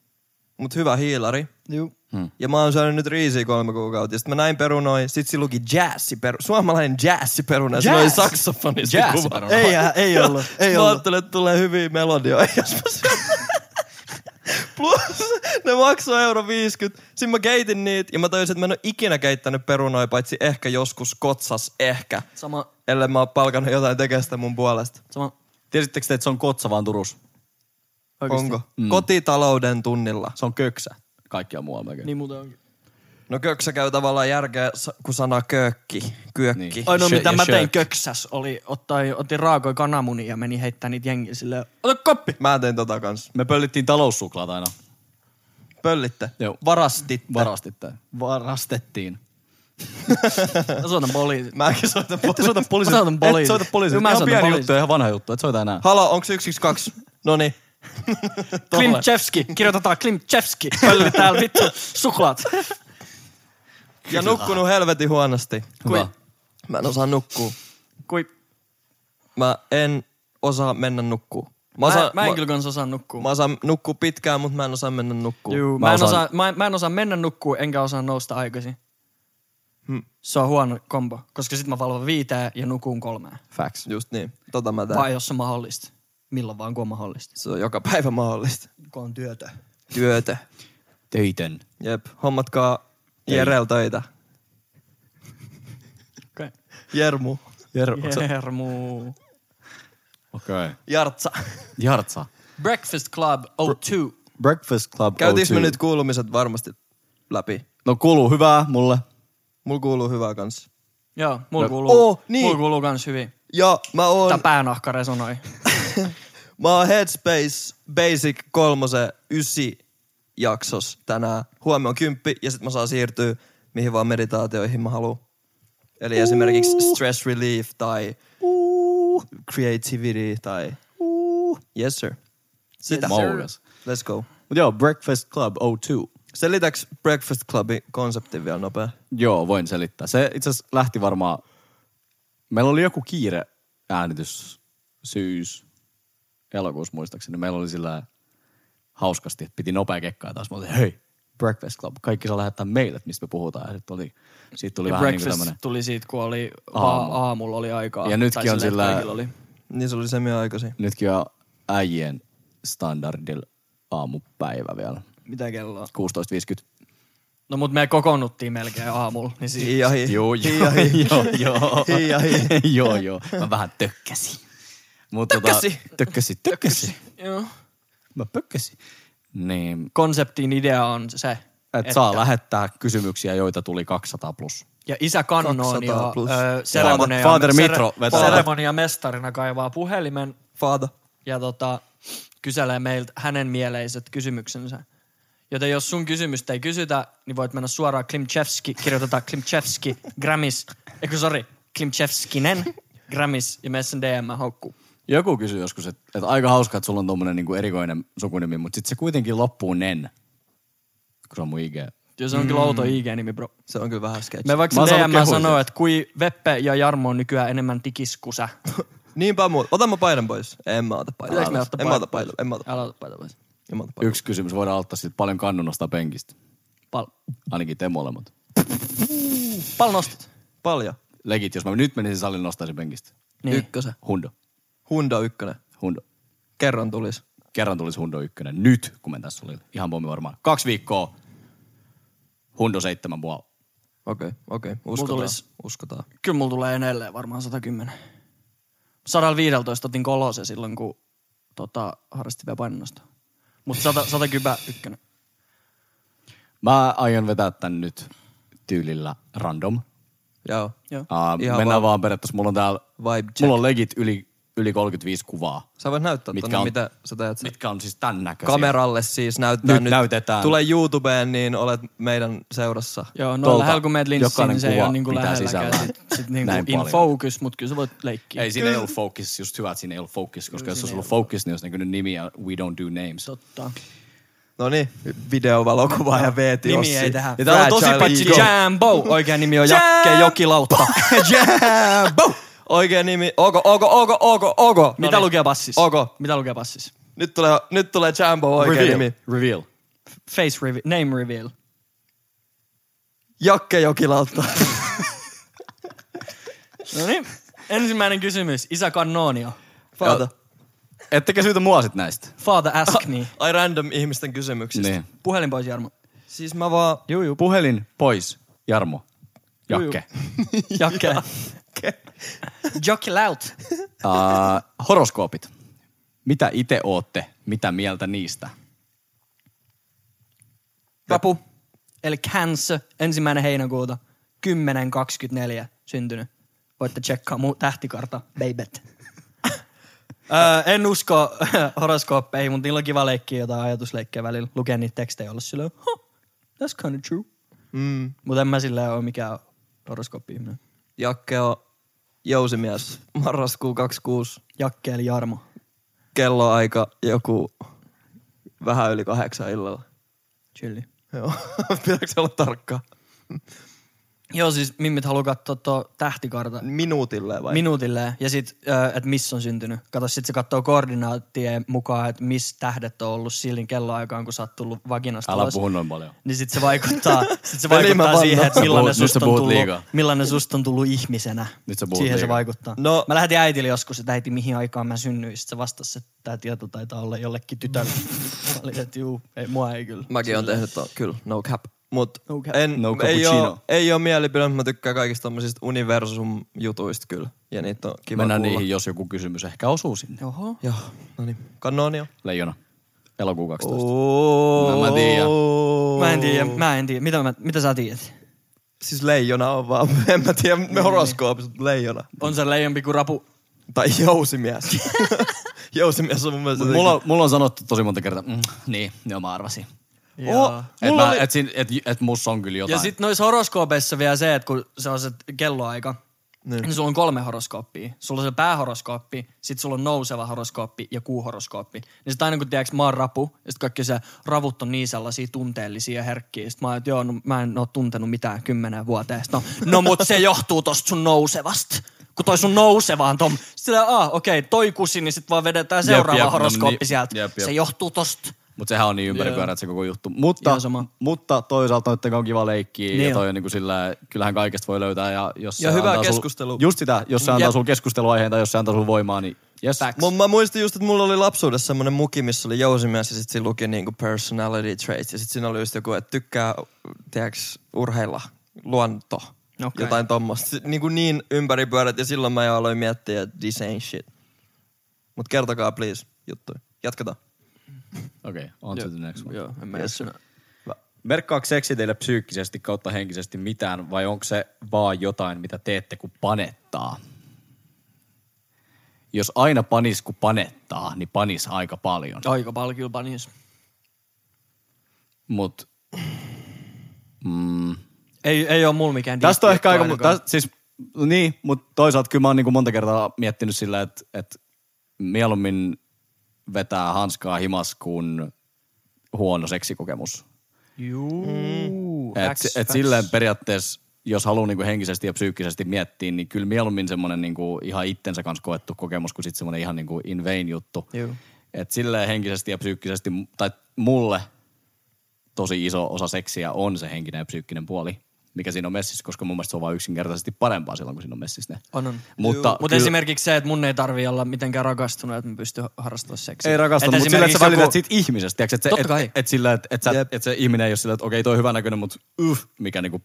Speaker 4: Mut hyvä hiilari.
Speaker 3: Juu.
Speaker 4: Ja mä oon syönyt nyt riisiä kolme kuukautta. Ja sit mä näin perunoi. Sit sillä luki jazzi peru, suomalainen jazzi peruna. Sillä oli
Speaker 3: Jazz?
Speaker 4: saksofonisti
Speaker 1: Jazz
Speaker 4: kuva.
Speaker 1: peruna.
Speaker 3: Ei, äh, ei ollut. Ei
Speaker 4: mä
Speaker 3: ollut.
Speaker 4: ajattelin, että tulee hyviä melodioita, jos mä syön. Plus ne maksoi euro 50. Sitten mä keitin niitä ja mä tajusin, että mä en ole ikinä keittänyt perunoja, paitsi ehkä joskus kotsas ehkä.
Speaker 3: Sama,
Speaker 4: Ellei mä oon palkannut jotain tekemään mun puolesta.
Speaker 3: sama.
Speaker 1: Tiesittekö te, että se on kotsa vaan Turus?
Speaker 3: Oikeesti.
Speaker 4: Onko? Kotitalouden tunnilla.
Speaker 1: Se on köksä. Kaikkia muualla melkein.
Speaker 3: Niin muuten onkin.
Speaker 4: No köksä käy tavallaan järkeä, s- kun sana kökki, kyökki.
Speaker 1: Niin.
Speaker 4: Niin.
Speaker 3: Ainoa
Speaker 1: Shö-
Speaker 3: mitä
Speaker 1: ja
Speaker 3: mä tein
Speaker 1: shirk.
Speaker 3: köksäs oli, ottoi, otin raakoja kananmunia ja meni heittää niitä jengille silleen, ota koppi!
Speaker 4: Mä tein tota kans.
Speaker 1: Me pöllittiin taloussuklaat aina.
Speaker 4: Pöllitte.
Speaker 1: Joo.
Speaker 4: Varastit.
Speaker 1: Varastitte. Varastettiin.
Speaker 3: Mä soitan poliisit.
Speaker 4: Mäkin soitan
Speaker 1: Ette soita poliisille.
Speaker 3: Mä soitan poliisille.
Speaker 1: Et soita poliisille.
Speaker 3: Joo, mä
Speaker 1: Ihan
Speaker 3: soitan
Speaker 1: pieni
Speaker 3: poliisille.
Speaker 1: juttu ja ihan vanha juttu. Et soita enää.
Speaker 4: Halo, onks 112? Noniin.
Speaker 3: Klimchevski, kirjoitetaan Klimchevski. Pölli täällä vittu, suklaat.
Speaker 4: Ja nukkunut helvetin huonosti.
Speaker 1: Hyvä.
Speaker 4: Mä en osaa nukkua.
Speaker 3: Kui,
Speaker 4: Mä en osaa mennä nukkuu. Mä,
Speaker 3: mä,
Speaker 4: osaan,
Speaker 3: mä, en kyllä kans osaa nukkua.
Speaker 4: mä osaan nukkua pitkään, mutta mä en osaa mennä nukkuu.
Speaker 3: Juu, mä, en osaa, mä, en- mä en osaa mennä nukkuu, enkä osaa nousta aikaisin.
Speaker 4: Hmm.
Speaker 3: Se on huono kombo, koska sit mä valvon viitää ja nukuun kolmeen.
Speaker 1: Facts.
Speaker 4: Just niin. Tota mä
Speaker 3: Vai
Speaker 4: teen.
Speaker 3: jos se on mahdollista. Milloin vaan, kun on mahdollista.
Speaker 4: Se on joka päivä mahdollista.
Speaker 3: Kun on työtä.
Speaker 4: Työtä.
Speaker 1: Töitön.
Speaker 4: Jep. Hommatkaa Jerel töitä.
Speaker 3: Okay.
Speaker 4: Jermu.
Speaker 1: Jermu.
Speaker 3: Jermu.
Speaker 1: Okei. Okay.
Speaker 4: Jartsa.
Speaker 1: Jartsa.
Speaker 3: Breakfast Club 02.
Speaker 1: Breakfast Club
Speaker 4: Käytiinkö me
Speaker 1: O2.
Speaker 4: nyt kuulumiset varmasti läpi?
Speaker 1: No kuuluu hyvää mulle.
Speaker 4: Mulla kuuluu hyvää kanssa.
Speaker 3: Joo, mulla
Speaker 1: No,
Speaker 3: kuuluu,
Speaker 4: oo,
Speaker 3: oh,
Speaker 4: niin.
Speaker 3: niin. mulla kuuluu kans hyvin.
Speaker 4: Ja mä oon...
Speaker 3: Tää päänahka resonoi.
Speaker 4: Mä oon Headspace Basic kolmosen ysi jaksos tänään. Huomenna on kymppi ja sit mä saan siirtyä mihin vaan meditaatioihin mä haluan. Eli esimerkiksi stress relief tai creativity tai... Yes sir. Sitä.
Speaker 1: Mouras.
Speaker 4: Let's go.
Speaker 1: Mut joo, Breakfast Club O2.
Speaker 4: Selitäks Breakfast Clubin konseptin vielä nopea?
Speaker 1: Joo, voin selittää. Se itse asiassa lähti varmaan... Meillä oli joku kiire äänitys syys, elokuussa muistaakseni. Meillä oli sillä hauskasti, että piti nopea kekkaa taas. Mä olin, hei, Breakfast Club. Kaikki saa lähettää meille, että mistä me puhutaan. Ja sit oli, siitä tuli vähän niin
Speaker 3: Breakfast
Speaker 1: kuin tämmönen.
Speaker 3: tuli siitä, kun oli
Speaker 1: Aamu.
Speaker 3: aamu. aamulla oli aikaa.
Speaker 1: Ja nytkin
Speaker 3: Tai
Speaker 1: on
Speaker 3: silleen, että
Speaker 1: sillä-
Speaker 3: kaikilla Oli.
Speaker 4: Niin se oli se minä aikaisin.
Speaker 1: Nytkin on äijien standardilla aamupäivä vielä.
Speaker 3: Mitä kelloa?
Speaker 1: 16.50.
Speaker 3: No mut me kokoonnuttiin melkein aamulla, niin siitä.
Speaker 4: Hiia hii.
Speaker 1: Joo, joo, joo, joo.
Speaker 4: Hiia hii.
Speaker 1: joo, joo. Mä vähän tökkäsin. Mut
Speaker 4: Tökkäsi.
Speaker 1: Tota, tökkäsi, tökkäsi.
Speaker 3: Joo.
Speaker 1: Mä pökkäsin. Niin,
Speaker 3: Konseptin idea on se, että,
Speaker 1: että saa lähettää kysymyksiä, joita tuli 200 plus.
Speaker 3: ja isä kannoon
Speaker 4: 200
Speaker 3: ja
Speaker 4: plus.
Speaker 3: ö, seremonia,
Speaker 1: Father Mitro vetää.
Speaker 3: seremonia mestarina kaivaa puhelimen
Speaker 4: Faata.
Speaker 3: ja tota, kyselee meiltä hänen mieleiset kysymyksensä. Joten jos sun kysymystä ei kysytä, niin voit mennä suoraan Klimchevski, kirjoitetaan Klimchevski, Gramis, eikö sori, Klimchevskinen, Gramis ja mene sen DM haukkuu.
Speaker 1: Joku kysyi joskus, että et aika hauska, että sulla on tommonen niinku erikoinen sukunimi, mutta sitten se kuitenkin loppuu nen, kun se on mun IG.
Speaker 3: Jos on
Speaker 1: Mm.
Speaker 3: kyllä outo IG-nimi, bro.
Speaker 4: Se on kyllä vähän sketch.
Speaker 3: Me
Speaker 1: Mä
Speaker 3: vaikka
Speaker 1: oon saanut
Speaker 3: DM
Speaker 1: kehuja
Speaker 3: sanoo, että kui Veppe ja Jarmo on nykyään enemmän tikis kuin sä.
Speaker 4: Niinpä muuta. Otan mä paidan pois. En mä ota paidan
Speaker 3: Pitääkö me
Speaker 4: pois.
Speaker 3: ottaa
Speaker 4: En mä ota
Speaker 3: paidan
Speaker 4: paidan. En mä ota
Speaker 3: Älä ota paita pois.
Speaker 4: en mä ota paidan.
Speaker 1: Yksi kysymys voidaan ottaa siitä, paljon kannu nostaa penkistä.
Speaker 3: Pal.
Speaker 1: Ainakin te molemmat.
Speaker 3: Pal nostat.
Speaker 4: Paljon.
Speaker 1: Legit, jos mä nyt menisin salin, nostaisin penkistä.
Speaker 3: Niin.
Speaker 4: Ykkösen.
Speaker 1: Hundo.
Speaker 4: Hunda ykkönen.
Speaker 1: Hundo.
Speaker 4: Kerran tulis.
Speaker 1: Kerran tulisi Hundo ykkönen. Nyt, kun mennään salille. Ihan pommi varmaan. Kaksi viikkoa. Hundo seitsemän puoli.
Speaker 4: Okei, okay, okei. Okay. Uskotaan.
Speaker 3: tulis.
Speaker 4: Uskotaan.
Speaker 3: Kyllä mulla tulee edelleen varmaan 110. 115 otin kolose silloin, kun tota, harrasti vielä painonnosta. Mutta 110 ykkönen.
Speaker 1: Mä aion vetää tän nyt tyylillä random.
Speaker 4: Joo.
Speaker 3: Joo.
Speaker 1: Uh,
Speaker 4: Ihan
Speaker 1: mennään vaan, vaan periaatteessa, mulla on täällä,
Speaker 4: Vibe check.
Speaker 1: mulla on legit yli, yli 35 kuvaa.
Speaker 4: Sä voit näyttää
Speaker 1: Mitkä
Speaker 4: mitkä tonne,
Speaker 1: on-
Speaker 4: mitä sä teet. Mit,
Speaker 1: Mitkä on siis tämän näköisiä.
Speaker 4: Kameralle siis näyttää
Speaker 1: Nyt
Speaker 4: nyt.
Speaker 1: näytetään.
Speaker 4: Tule YouTubeen, niin olet meidän seurassa.
Speaker 3: Joo, no
Speaker 1: Tuolta
Speaker 3: lähellä kun meet linssiin,
Speaker 1: jokainen
Speaker 3: niin se ei
Speaker 1: kuva
Speaker 3: ole niinku
Speaker 1: pitää
Speaker 3: lähelläkään.
Speaker 1: sisällään.
Speaker 3: Sit, sit niinku
Speaker 1: Näin
Speaker 3: in
Speaker 1: paljon.
Speaker 3: focus, mutta kyllä sä voit leikkiä.
Speaker 1: Ei, siinä ei ollut focus, just hyvä, että siinä ei ollut focus, koska jos olisi ollut focus, niin olisi näkynyt nimi ja we don't do names.
Speaker 3: Totta.
Speaker 4: No niin, videovalokuva ja veeti
Speaker 3: Nimi
Speaker 4: Ossi.
Speaker 3: ei tähän.
Speaker 4: Ja täällä on tosi
Speaker 3: Fragile
Speaker 4: paitsi
Speaker 3: Eagle. Jambo. Oikea nimi on Jakke
Speaker 4: Jambo.
Speaker 3: Jokilautta.
Speaker 4: Jambo! Oikea nimi. Ogo, ogo, ogo, ogo, ogo.
Speaker 3: Mitä lukee passissa?
Speaker 4: Ogo.
Speaker 3: Mitä lukee passissa?
Speaker 4: Nyt tulee, nyt tulee Jambo oikea
Speaker 1: Reveal.
Speaker 4: nimi.
Speaker 1: Reveal.
Speaker 3: Face reveal, name reveal.
Speaker 4: Jakke Jokilautta.
Speaker 3: No niin. Ensimmäinen kysymys. Isä Kannonio.
Speaker 4: Faata.
Speaker 1: Ettekä syytä mua sit näistä.
Speaker 3: Father
Speaker 1: Oh.
Speaker 3: ask me.
Speaker 4: Ai random ihmisten kysymyksistä.
Speaker 1: Niin.
Speaker 3: Puhelin pois Jarmo.
Speaker 4: Siis mä vaan...
Speaker 1: Juu, juu. Puhelin pois, Jarmo. Jakke.
Speaker 3: Jakke. Joki Laut.
Speaker 1: Uh, horoskoopit. Mitä itse ootte? Mitä mieltä niistä?
Speaker 3: Papu. Eli Cancer. Ensimmäinen heinäkuuta. 10.24 syntynyt. Voitte tsekkaa mun tähtikarta. Babet. Öö, en usko horoskooppeihin, mutta niillä on kiva leikkiä jotain ajatusleikkiä välillä. Lukee niitä tekstejä olla silleen, huh, that's kind of true.
Speaker 4: Mm,
Speaker 3: Mutta en mä silleen ole mikään horoskooppi-ihminen.
Speaker 4: Jakke on jousimies. Marraskuu 26.
Speaker 3: Jakke eli Jarmo.
Speaker 4: Kelloaika joku vähän yli kahdeksan illalla.
Speaker 3: Chilli.
Speaker 4: Joo. Pitääkö se olla tarkka?
Speaker 3: Joo, siis mimmit haluaa katsoa tuo tähtikarta
Speaker 4: Minuutilleen vai?
Speaker 3: minuutilleen ja sit, ö, että missä on syntynyt. Kato, sit se katsoo koordinaattien mukaan, että missä tähdet on ollut silloin kelloaikaan, kun sä oot tullut vaginasta
Speaker 1: Älä
Speaker 3: ulos.
Speaker 1: puhu noin paljon.
Speaker 3: Niin sit se vaikuttaa, sit se
Speaker 4: Veli, mä
Speaker 3: vaikuttaa
Speaker 4: vannon.
Speaker 3: siihen, että
Speaker 1: Sä
Speaker 3: millainen,
Speaker 1: puhut- nyt
Speaker 3: susta
Speaker 1: sä
Speaker 3: on
Speaker 1: puhut
Speaker 3: tullut,
Speaker 1: liikaa.
Speaker 3: millainen susta on tullut ihmisenä.
Speaker 1: Nyt sä puhut
Speaker 3: siihen se
Speaker 1: liikaa.
Speaker 3: vaikuttaa.
Speaker 4: No-
Speaker 3: mä lähetin äitille joskus, että äiti mihin aikaan mä synnyin. Sit se vastasi, että tää tieto taitaa olla jollekin tytölle. mä olin, että juu, ei, mua ei kyllä.
Speaker 4: Mäkin oon tehnyt ton, kyllä, no cap. Mut
Speaker 3: No cap.
Speaker 4: en,
Speaker 1: No
Speaker 4: ei,
Speaker 1: cappuccino.
Speaker 4: oo, ei oo mielipide, mä tykkään kaikista tommosista universum-jutuista kyllä. Ja niitä on kiva
Speaker 1: Mennään
Speaker 4: kuulla.
Speaker 1: niihin, jos joku kysymys ehkä osuu sinne.
Speaker 3: Oho.
Speaker 4: Joo, no niin. Kanonio.
Speaker 1: Leijona. Elokuu 12.
Speaker 4: Ooo.
Speaker 1: Mä- mä tiedän.
Speaker 3: Mä en tiedä, mä en tiedä. Mitä, mä, mitä sä tiedät?
Speaker 4: Siis leijona on vaan, en mä tiedä, me horoskoopissa mut leijona.
Speaker 3: On se leijempi kuin rapu.
Speaker 4: Tai jousimies. jousimies on mun mielestä...
Speaker 1: Mut Mulla, on- mulla on sanottu tosi monta kertaa, mm, niin, joo mä arvasin.
Speaker 4: Oh,
Speaker 1: Et,
Speaker 4: mulla
Speaker 1: mä,
Speaker 4: oli...
Speaker 1: et, siinä, et, et mussa on kyllä jotain.
Speaker 3: Ja sitten noissa horoskoopeissa vielä se, että kun se on se kelloaika, niin. niin sulla on kolme horoskooppia. Sulla on se päähoroskooppi, sit sulla on nouseva horoskooppi ja kuuhoroskooppi. Niin sit aina kun tiedäks mä oon rapu, ja sit kaikki se ravut on niin sellaisia tunteellisia ja herkkiä. Sit mä oon, että joo, no, mä en oo tuntenut mitään kymmenen vuoteen. Sit No, no mut se johtuu tosta sun nousevasta. Kun toi sun nousevaan tom. Sitten aah, okei, toi kusi, niin sit vaan vedetään seuraava
Speaker 1: jep,
Speaker 3: jep,
Speaker 1: no
Speaker 3: horoskooppi
Speaker 1: niin,
Speaker 3: sieltä.
Speaker 1: jep, jep.
Speaker 3: Se johtuu tosta.
Speaker 1: Mutta sehän on niin ympäripyörä, se koko juttu. Mutta,
Speaker 3: Ihan sama.
Speaker 1: mutta toisaalta noitten on kiva leikkiä
Speaker 3: Niin
Speaker 1: ja toi
Speaker 3: on.
Speaker 1: on niin kuin sillä, kyllähän kaikesta voi löytää. Ja, Mm, jos
Speaker 4: Ja
Speaker 1: se
Speaker 4: hyvää
Speaker 1: antaa sul-
Speaker 4: keskustelua.
Speaker 1: just sitä, jos se antaa
Speaker 3: Jep.
Speaker 1: sulle keskusteluaiheen tai jos se antaa sulle voimaa, niin yes.
Speaker 4: Mun, mä muistin just, että mulla oli lapsuudessa semmonen muki, missä oli jousimies ja sit siinä luki niinku personality traits. Ja sit siinä oli just joku, että tykkää, tiedäks, urheilla, luonto.
Speaker 3: Okei.
Speaker 4: Okay. Jotain tommosta. Sit Niinku niin ympäripyörät ja silloin mä jo aloin miettiä, että this ain't shit. Mut kertokaa please juttu. Jatketaan.
Speaker 1: Okei, okay, on to the next one.
Speaker 2: Joo, en mä yes.
Speaker 1: Merkkaako seksi teille psyykkisesti kautta henkisesti mitään vai onko se vaan jotain, mitä teette, kun panettaa? Jos aina panis, kun panettaa, niin panis aika paljon.
Speaker 3: Aika paljon kyllä panis.
Speaker 1: Mut
Speaker 3: Ei, ei oo mulla mikään
Speaker 1: Tästä on
Speaker 3: diippi
Speaker 1: ehkä aika,
Speaker 3: juttu
Speaker 1: tästä, siis, niin, mutta toisaalta kyllä mä oon niin monta kertaa miettinyt sillä, että, että mieluummin vetää hanskaa himas kuin huono seksikokemus.
Speaker 3: Juu.
Speaker 1: Että et silleen periaatteessa, jos haluaa niinku henkisesti ja psyykkisesti miettiä, niin kyllä mieluummin semmoinen niinku ihan itsensä kanssa koettu kokemus kuin sitten semmoinen ihan niinku in vain juttu.
Speaker 3: Juu.
Speaker 1: Että silleen henkisesti ja psyykkisesti, tai mulle tosi iso osa seksiä on se henkinen ja psyykkinen puoli, mikä siinä on messissä, koska mun mielestä se on vaan yksinkertaisesti parempaa silloin, kun siinä on messissä ne.
Speaker 3: On, on.
Speaker 1: Mutta,
Speaker 3: Mutta esimerkiksi se, että mun ei tarvi olla mitenkään rakastunut, että mä pystyn harrastamaan seksiä.
Speaker 1: Ei rakasta,
Speaker 3: Et
Speaker 1: mutta sillä, että sä
Speaker 3: esimerkiksi
Speaker 1: välität
Speaker 3: joku-
Speaker 1: siitä ihmisestä. Tiiäks, että se,
Speaker 3: Totta
Speaker 1: et,
Speaker 3: kai.
Speaker 1: et, sillä, että et sä,
Speaker 4: Jep.
Speaker 1: et se ihminen ei ole sillä, että okei, toi on hyvännäköinen, mutta yh, mikä niinku,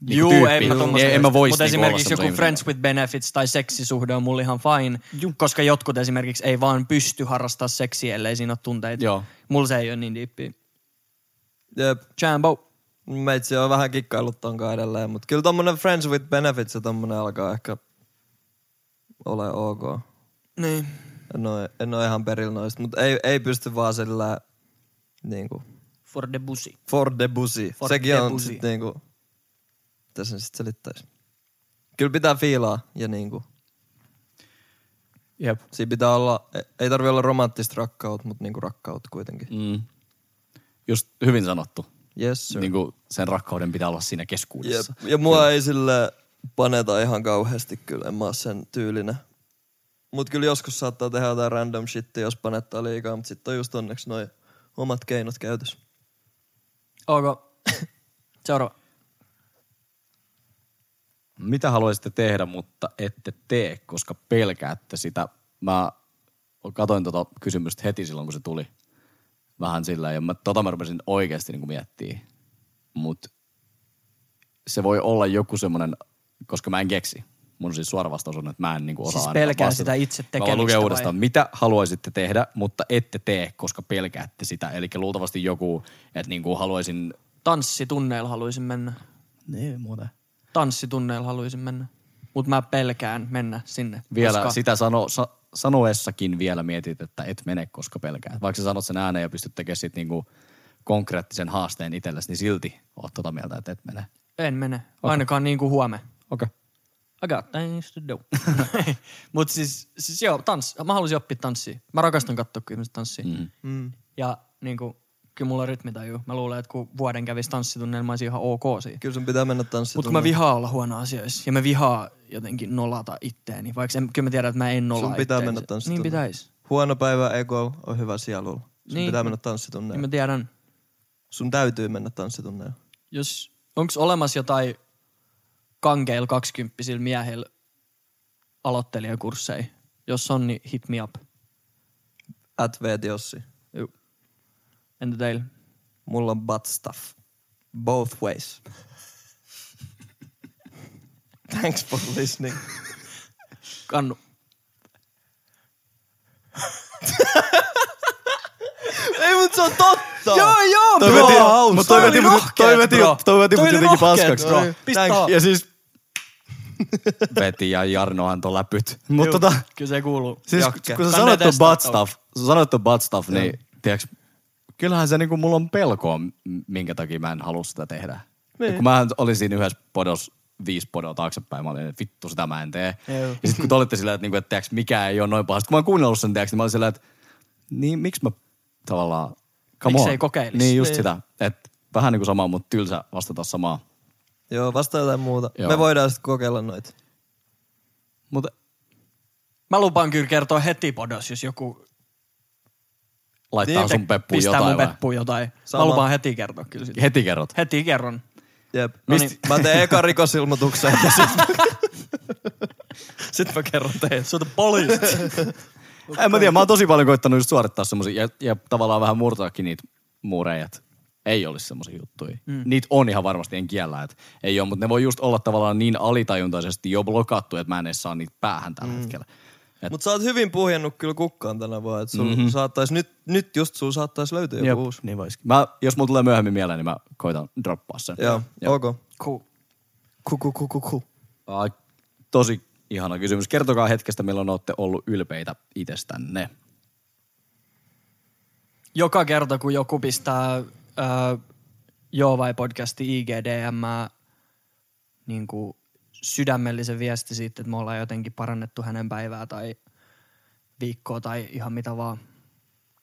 Speaker 1: niinku
Speaker 3: Juu,
Speaker 1: tyyppi.
Speaker 3: ei mä tommosia.
Speaker 1: Ei, en mä voisi
Speaker 3: Mutta
Speaker 1: niinku
Speaker 3: esimerkiksi
Speaker 1: olla
Speaker 3: joku Friends with Benefits tai seksisuhde on mulla ihan fine, Juh. koska jotkut esimerkiksi ei vaan pysty harrastamaan seksiä, ellei siinä ole tunteita.
Speaker 1: Joo.
Speaker 3: Mulla se ei ole niin diippiä.
Speaker 4: Jep.
Speaker 3: Jambo.
Speaker 4: Meitsi on vähän kikkaillut tonkaan edelleen, mutta kyllä tommonen Friends with Benefits ja tommonen alkaa ehkä ole ok.
Speaker 3: Niin.
Speaker 4: En ole, en ole ihan perillä noista, mutta ei, ei pysty vaan sillä niinku
Speaker 3: For the busi.
Speaker 4: for the busi.
Speaker 3: For
Speaker 4: Sekin
Speaker 3: the
Speaker 4: on
Speaker 3: busi.
Speaker 4: sit niinku, mitä sen sit selittäis. Kyllä pitää fiilaa ja niinku,
Speaker 5: Jep.
Speaker 4: siinä pitää olla, ei- ei tarvi olla romanttista rakkautta, mutta niinku rakkautta kuitenkin.
Speaker 1: Mm. Just hyvin sanottu.
Speaker 4: Yes sir.
Speaker 1: Niin kuin sen rakkauden pitää olla siinä keskuudessa.
Speaker 4: Jep. Ja mua ei sille paneta ihan kauheasti kyllä, en mä oo sen tyylinen. Mut kyllä joskus saattaa tehdä jotain random shittiä, jos panettaa liikaa, mut sit on just onneksi noi omat keinot käytössä.
Speaker 3: Ok. Seuraava.
Speaker 1: Mitä haluaisitte tehdä, mutta ette tee, koska pelkäätte sitä? Mä katoin tota kysymystä heti silloin, kun se tuli. Vähän sillä ja mä, tota mä rupesin oikeasti niin miettimään. Mutta se voi olla joku semmoinen, koska mä en keksi. Mun siis suora vastaus on, että mä en niinku osaa
Speaker 3: Siis
Speaker 1: ainakaan
Speaker 3: pelkää
Speaker 1: vastata.
Speaker 3: sitä itse
Speaker 1: Mä
Speaker 3: tekemistä
Speaker 1: voin lukea
Speaker 3: vai?
Speaker 1: uudestaan. Mitä haluaisitte tehdä, mutta ette tee, koska pelkäätte sitä. Eli luultavasti joku, että niinku haluaisin...
Speaker 3: Tanssitunneilla haluaisin mennä.
Speaker 1: Ne
Speaker 3: Niin,
Speaker 1: muuten.
Speaker 3: Tanssitunneilla haluaisin mennä. Mut mä pelkään mennä sinne.
Speaker 1: Vielä
Speaker 3: koska-
Speaker 1: koska... sitä sano, sa, sanoessakin vielä mietit, että et mene, koska pelkäät. Vaikka sä sanot sen ääneen ja pystyt tekemään sit niinku konkreettisen haasteen itsellesi, niin silti oot tota mieltä, että et mene.
Speaker 3: En mene. Ainakaan niin kuin huomenna.
Speaker 1: Okei. Okay.
Speaker 3: I got things to do. Mut siis, siis joo, tanssi. Mä haluaisin oppia tanssia. Mä rakastan katsoa kun ihmiset tanssii. Mm. Mm. Ja niinku, kyllä mulla on rytmitaju. Mä luulen, että kun vuoden kävis tanssitunneilla, mä olisin ihan ok siinä.
Speaker 4: Kyllä sun pitää mennä
Speaker 3: Mutta kun mä
Speaker 4: tanssitunnin.
Speaker 3: vihaan olla huono asioissa ja mä vihaan jotenkin nolata itteeni, vaikka en, kyllä mä tiedän, että mä en nolaa
Speaker 4: Sun pitää
Speaker 3: itteeni.
Speaker 4: mennä
Speaker 3: Niin
Speaker 4: tanssitunneille.
Speaker 3: pitäis.
Speaker 4: Huono päivä ekol on hyvä sielulla. Sun
Speaker 3: Niin.
Speaker 4: niin. pitää mennä
Speaker 3: Niin
Speaker 4: tanssitunneille.
Speaker 3: mä tiedän,
Speaker 4: Sun täytyy mennä tanssitunneille.
Speaker 3: jos, onko olemassa jotain kankeilla kaksikymppisillä miehillä aloittelijakursseja? Jos on, niin hit me up.
Speaker 4: At Veet Jossi.
Speaker 3: Juu. Entä teillä?
Speaker 4: Mulla on butt stuff. Both ways. Thanks for listening.
Speaker 3: Kannu.
Speaker 4: Ei, mut se on totta!
Speaker 3: joo,
Speaker 5: Toi
Speaker 4: Bro,
Speaker 5: veti,
Speaker 4: hauska.
Speaker 5: mut toi
Speaker 4: Toi
Speaker 5: veti,
Speaker 4: oli
Speaker 5: mut-
Speaker 4: rohkeet,
Speaker 5: toi veti,
Speaker 4: bro.
Speaker 5: toi veti
Speaker 3: Toi
Speaker 5: mut
Speaker 3: oli
Speaker 5: jotenkin
Speaker 3: rohkeet,
Speaker 5: paskaksi.
Speaker 3: bro.
Speaker 5: Thanks.
Speaker 3: Pistää.
Speaker 5: Ja siis,
Speaker 1: Veti ja Jarno antoi läpyt. Mutta
Speaker 5: tota,
Speaker 3: Kyllä se kuuluu.
Speaker 5: siis
Speaker 4: Jakke.
Speaker 5: kun sä
Speaker 3: Tänne
Speaker 5: sanoit ton
Speaker 3: testaa.
Speaker 5: butt stuff, sä sanoit ton butt stuff, niin
Speaker 1: tiiäks, kyllähän se niinku mulla on pelkoa, m- minkä takia mä en halua sitä tehdä. Niin. Kun mä olin siinä yhdessä podos, viisi podoa taaksepäin, mä olin, että vittu sitä mä en tee.
Speaker 3: Joo.
Speaker 1: Joo. Ja sitten kun te olitte sillä, että, niinku, että tiiäks, mikä ei ole noin pahasta. Kun mä oon kuunnellut sen, tiiäks, niin mä olin sillä, että niin miksi mä tavallaan, come
Speaker 3: Miksei
Speaker 1: on.
Speaker 3: kokeilisi?
Speaker 1: Niin just
Speaker 3: Niin.
Speaker 1: niin. sitä, että vähän niin kuin samaa, mutta tylsä vastata samaa.
Speaker 4: Joo, vasta jotain muuta. Joo.
Speaker 1: Joo.
Speaker 4: Me voidaan sitten kokeilla noita.
Speaker 1: Mutta
Speaker 3: Mä lupaan kyllä kertoa heti podos, jos joku
Speaker 1: laittaa sun peppuun
Speaker 3: Niin, pistää
Speaker 1: jotain
Speaker 3: mun
Speaker 1: vai?
Speaker 3: peppuun jotain.
Speaker 4: Sama.
Speaker 3: Mä lupaan heti kertoa kyllä sit.
Speaker 1: Heti kerrot.
Speaker 3: Heti kerron.
Speaker 4: Jep.
Speaker 3: No niin.
Speaker 4: Mä teen eka rikosilmoituksen ja sit, sit mä kerron teille.
Speaker 3: Sä poliisit.
Speaker 1: En mä tiedä, mä oon tosi paljon koittanut just suorittaa semmosia ja, ja tavallaan vähän murtaakin niitä muureja, et ei olisi semmoisia juttuja. Mm. Niitä on ihan varmasti, en kiellä, että ei ole, mutta ne voi just olla tavallaan niin alitajuntaisesti jo blokattu, että mä en edes saa niitä päähän tällä mm. hetkellä. Et,
Speaker 4: Mut sä oot hyvin puhjennut kyllä kukkaan tänä vuonna, että mm-hmm. saattais nyt, nyt just sun saattais löytyä joku uusi.
Speaker 1: niin voisikin. Mä, jos mulla tulee myöhemmin mieleen, niin mä koitan droppaa sen.
Speaker 4: Joo,
Speaker 1: Joo.
Speaker 4: ok.
Speaker 3: Cool.
Speaker 4: Ku, ku, ku, ku, ku.
Speaker 1: Ai, tosi ihana kysymys. Kertokaa hetkestä, milloin olette ollut ylpeitä itsestänne.
Speaker 3: Joka kerta, kun joku pistää äh, Joo vai podcasti IGDM niin kuin sydämellisen viesti siitä, että me ollaan jotenkin parannettu hänen päivää tai viikkoa tai ihan mitä vaan.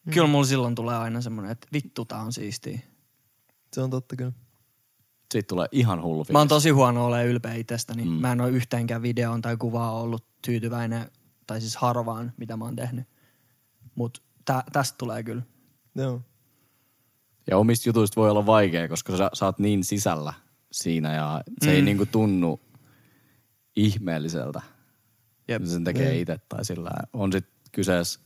Speaker 3: Mm. Kyllä mulla silloin tulee aina semmoinen, että vittu tää on siistiä.
Speaker 4: Se on totta kyllä.
Speaker 1: Siitä tulee ihan hullu
Speaker 3: Mä oon
Speaker 1: fiilis.
Speaker 3: tosi huono ole ylpeä itsestäni. Mm. Mä en ole yhteenkään videoon tai kuvaa ollut tyytyväinen, tai siis harvaan, mitä mä oon tehnyt. Mutta tä, tästä tulee kyllä.
Speaker 4: Joo.
Speaker 1: Ja omista jutuista voi olla vaikea, koska sä, sä oot niin sisällä siinä ja se mm. ei niinku tunnu ihmeelliseltä.
Speaker 3: Jep. Mm.
Speaker 1: Jep. Sen tekee itse tai sillä on sit kyseessä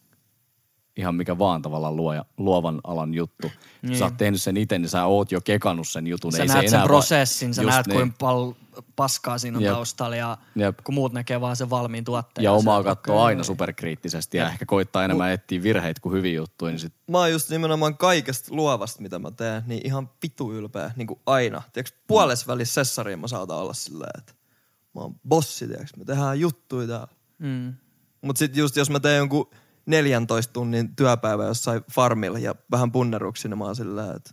Speaker 1: ihan mikä vaan tavallaan luoja, luovan alan juttu. Niin. Sä oot tehnyt sen itse, niin sä oot jo kekannut sen jutun.
Speaker 3: Sä
Speaker 1: ei
Speaker 3: näet
Speaker 1: se
Speaker 3: sen
Speaker 1: enää
Speaker 3: prosessin, sä
Speaker 1: Just niin.
Speaker 3: näet kuinka paljon paskaa siinä on
Speaker 1: Jep.
Speaker 3: taustalla ja
Speaker 1: Jep.
Speaker 3: kun muut näkee vaan sen valmiin tuotteen.
Speaker 1: Ja
Speaker 3: sä-
Speaker 1: omaa katsoo aina superkriittisesti ja ehkä koittaa enemmän etsiä virheitä kuin hyviä juttuja, niin sit
Speaker 4: Mä oon just nimenomaan kaikesta luovasta, mitä mä teen, niin ihan pitu ylpeä, niin kuin aina. Tiedätkö, puolessa välissä sessariin mä saatan olla sillä, että mä oon bossi, tiedätkö, me tehdään juttuja täällä.
Speaker 3: Mm.
Speaker 4: Mut sit just jos mä teen jonkun 14 tunnin työpäivä jossain farmilla ja vähän punneruksi, niin mä oon sillä, että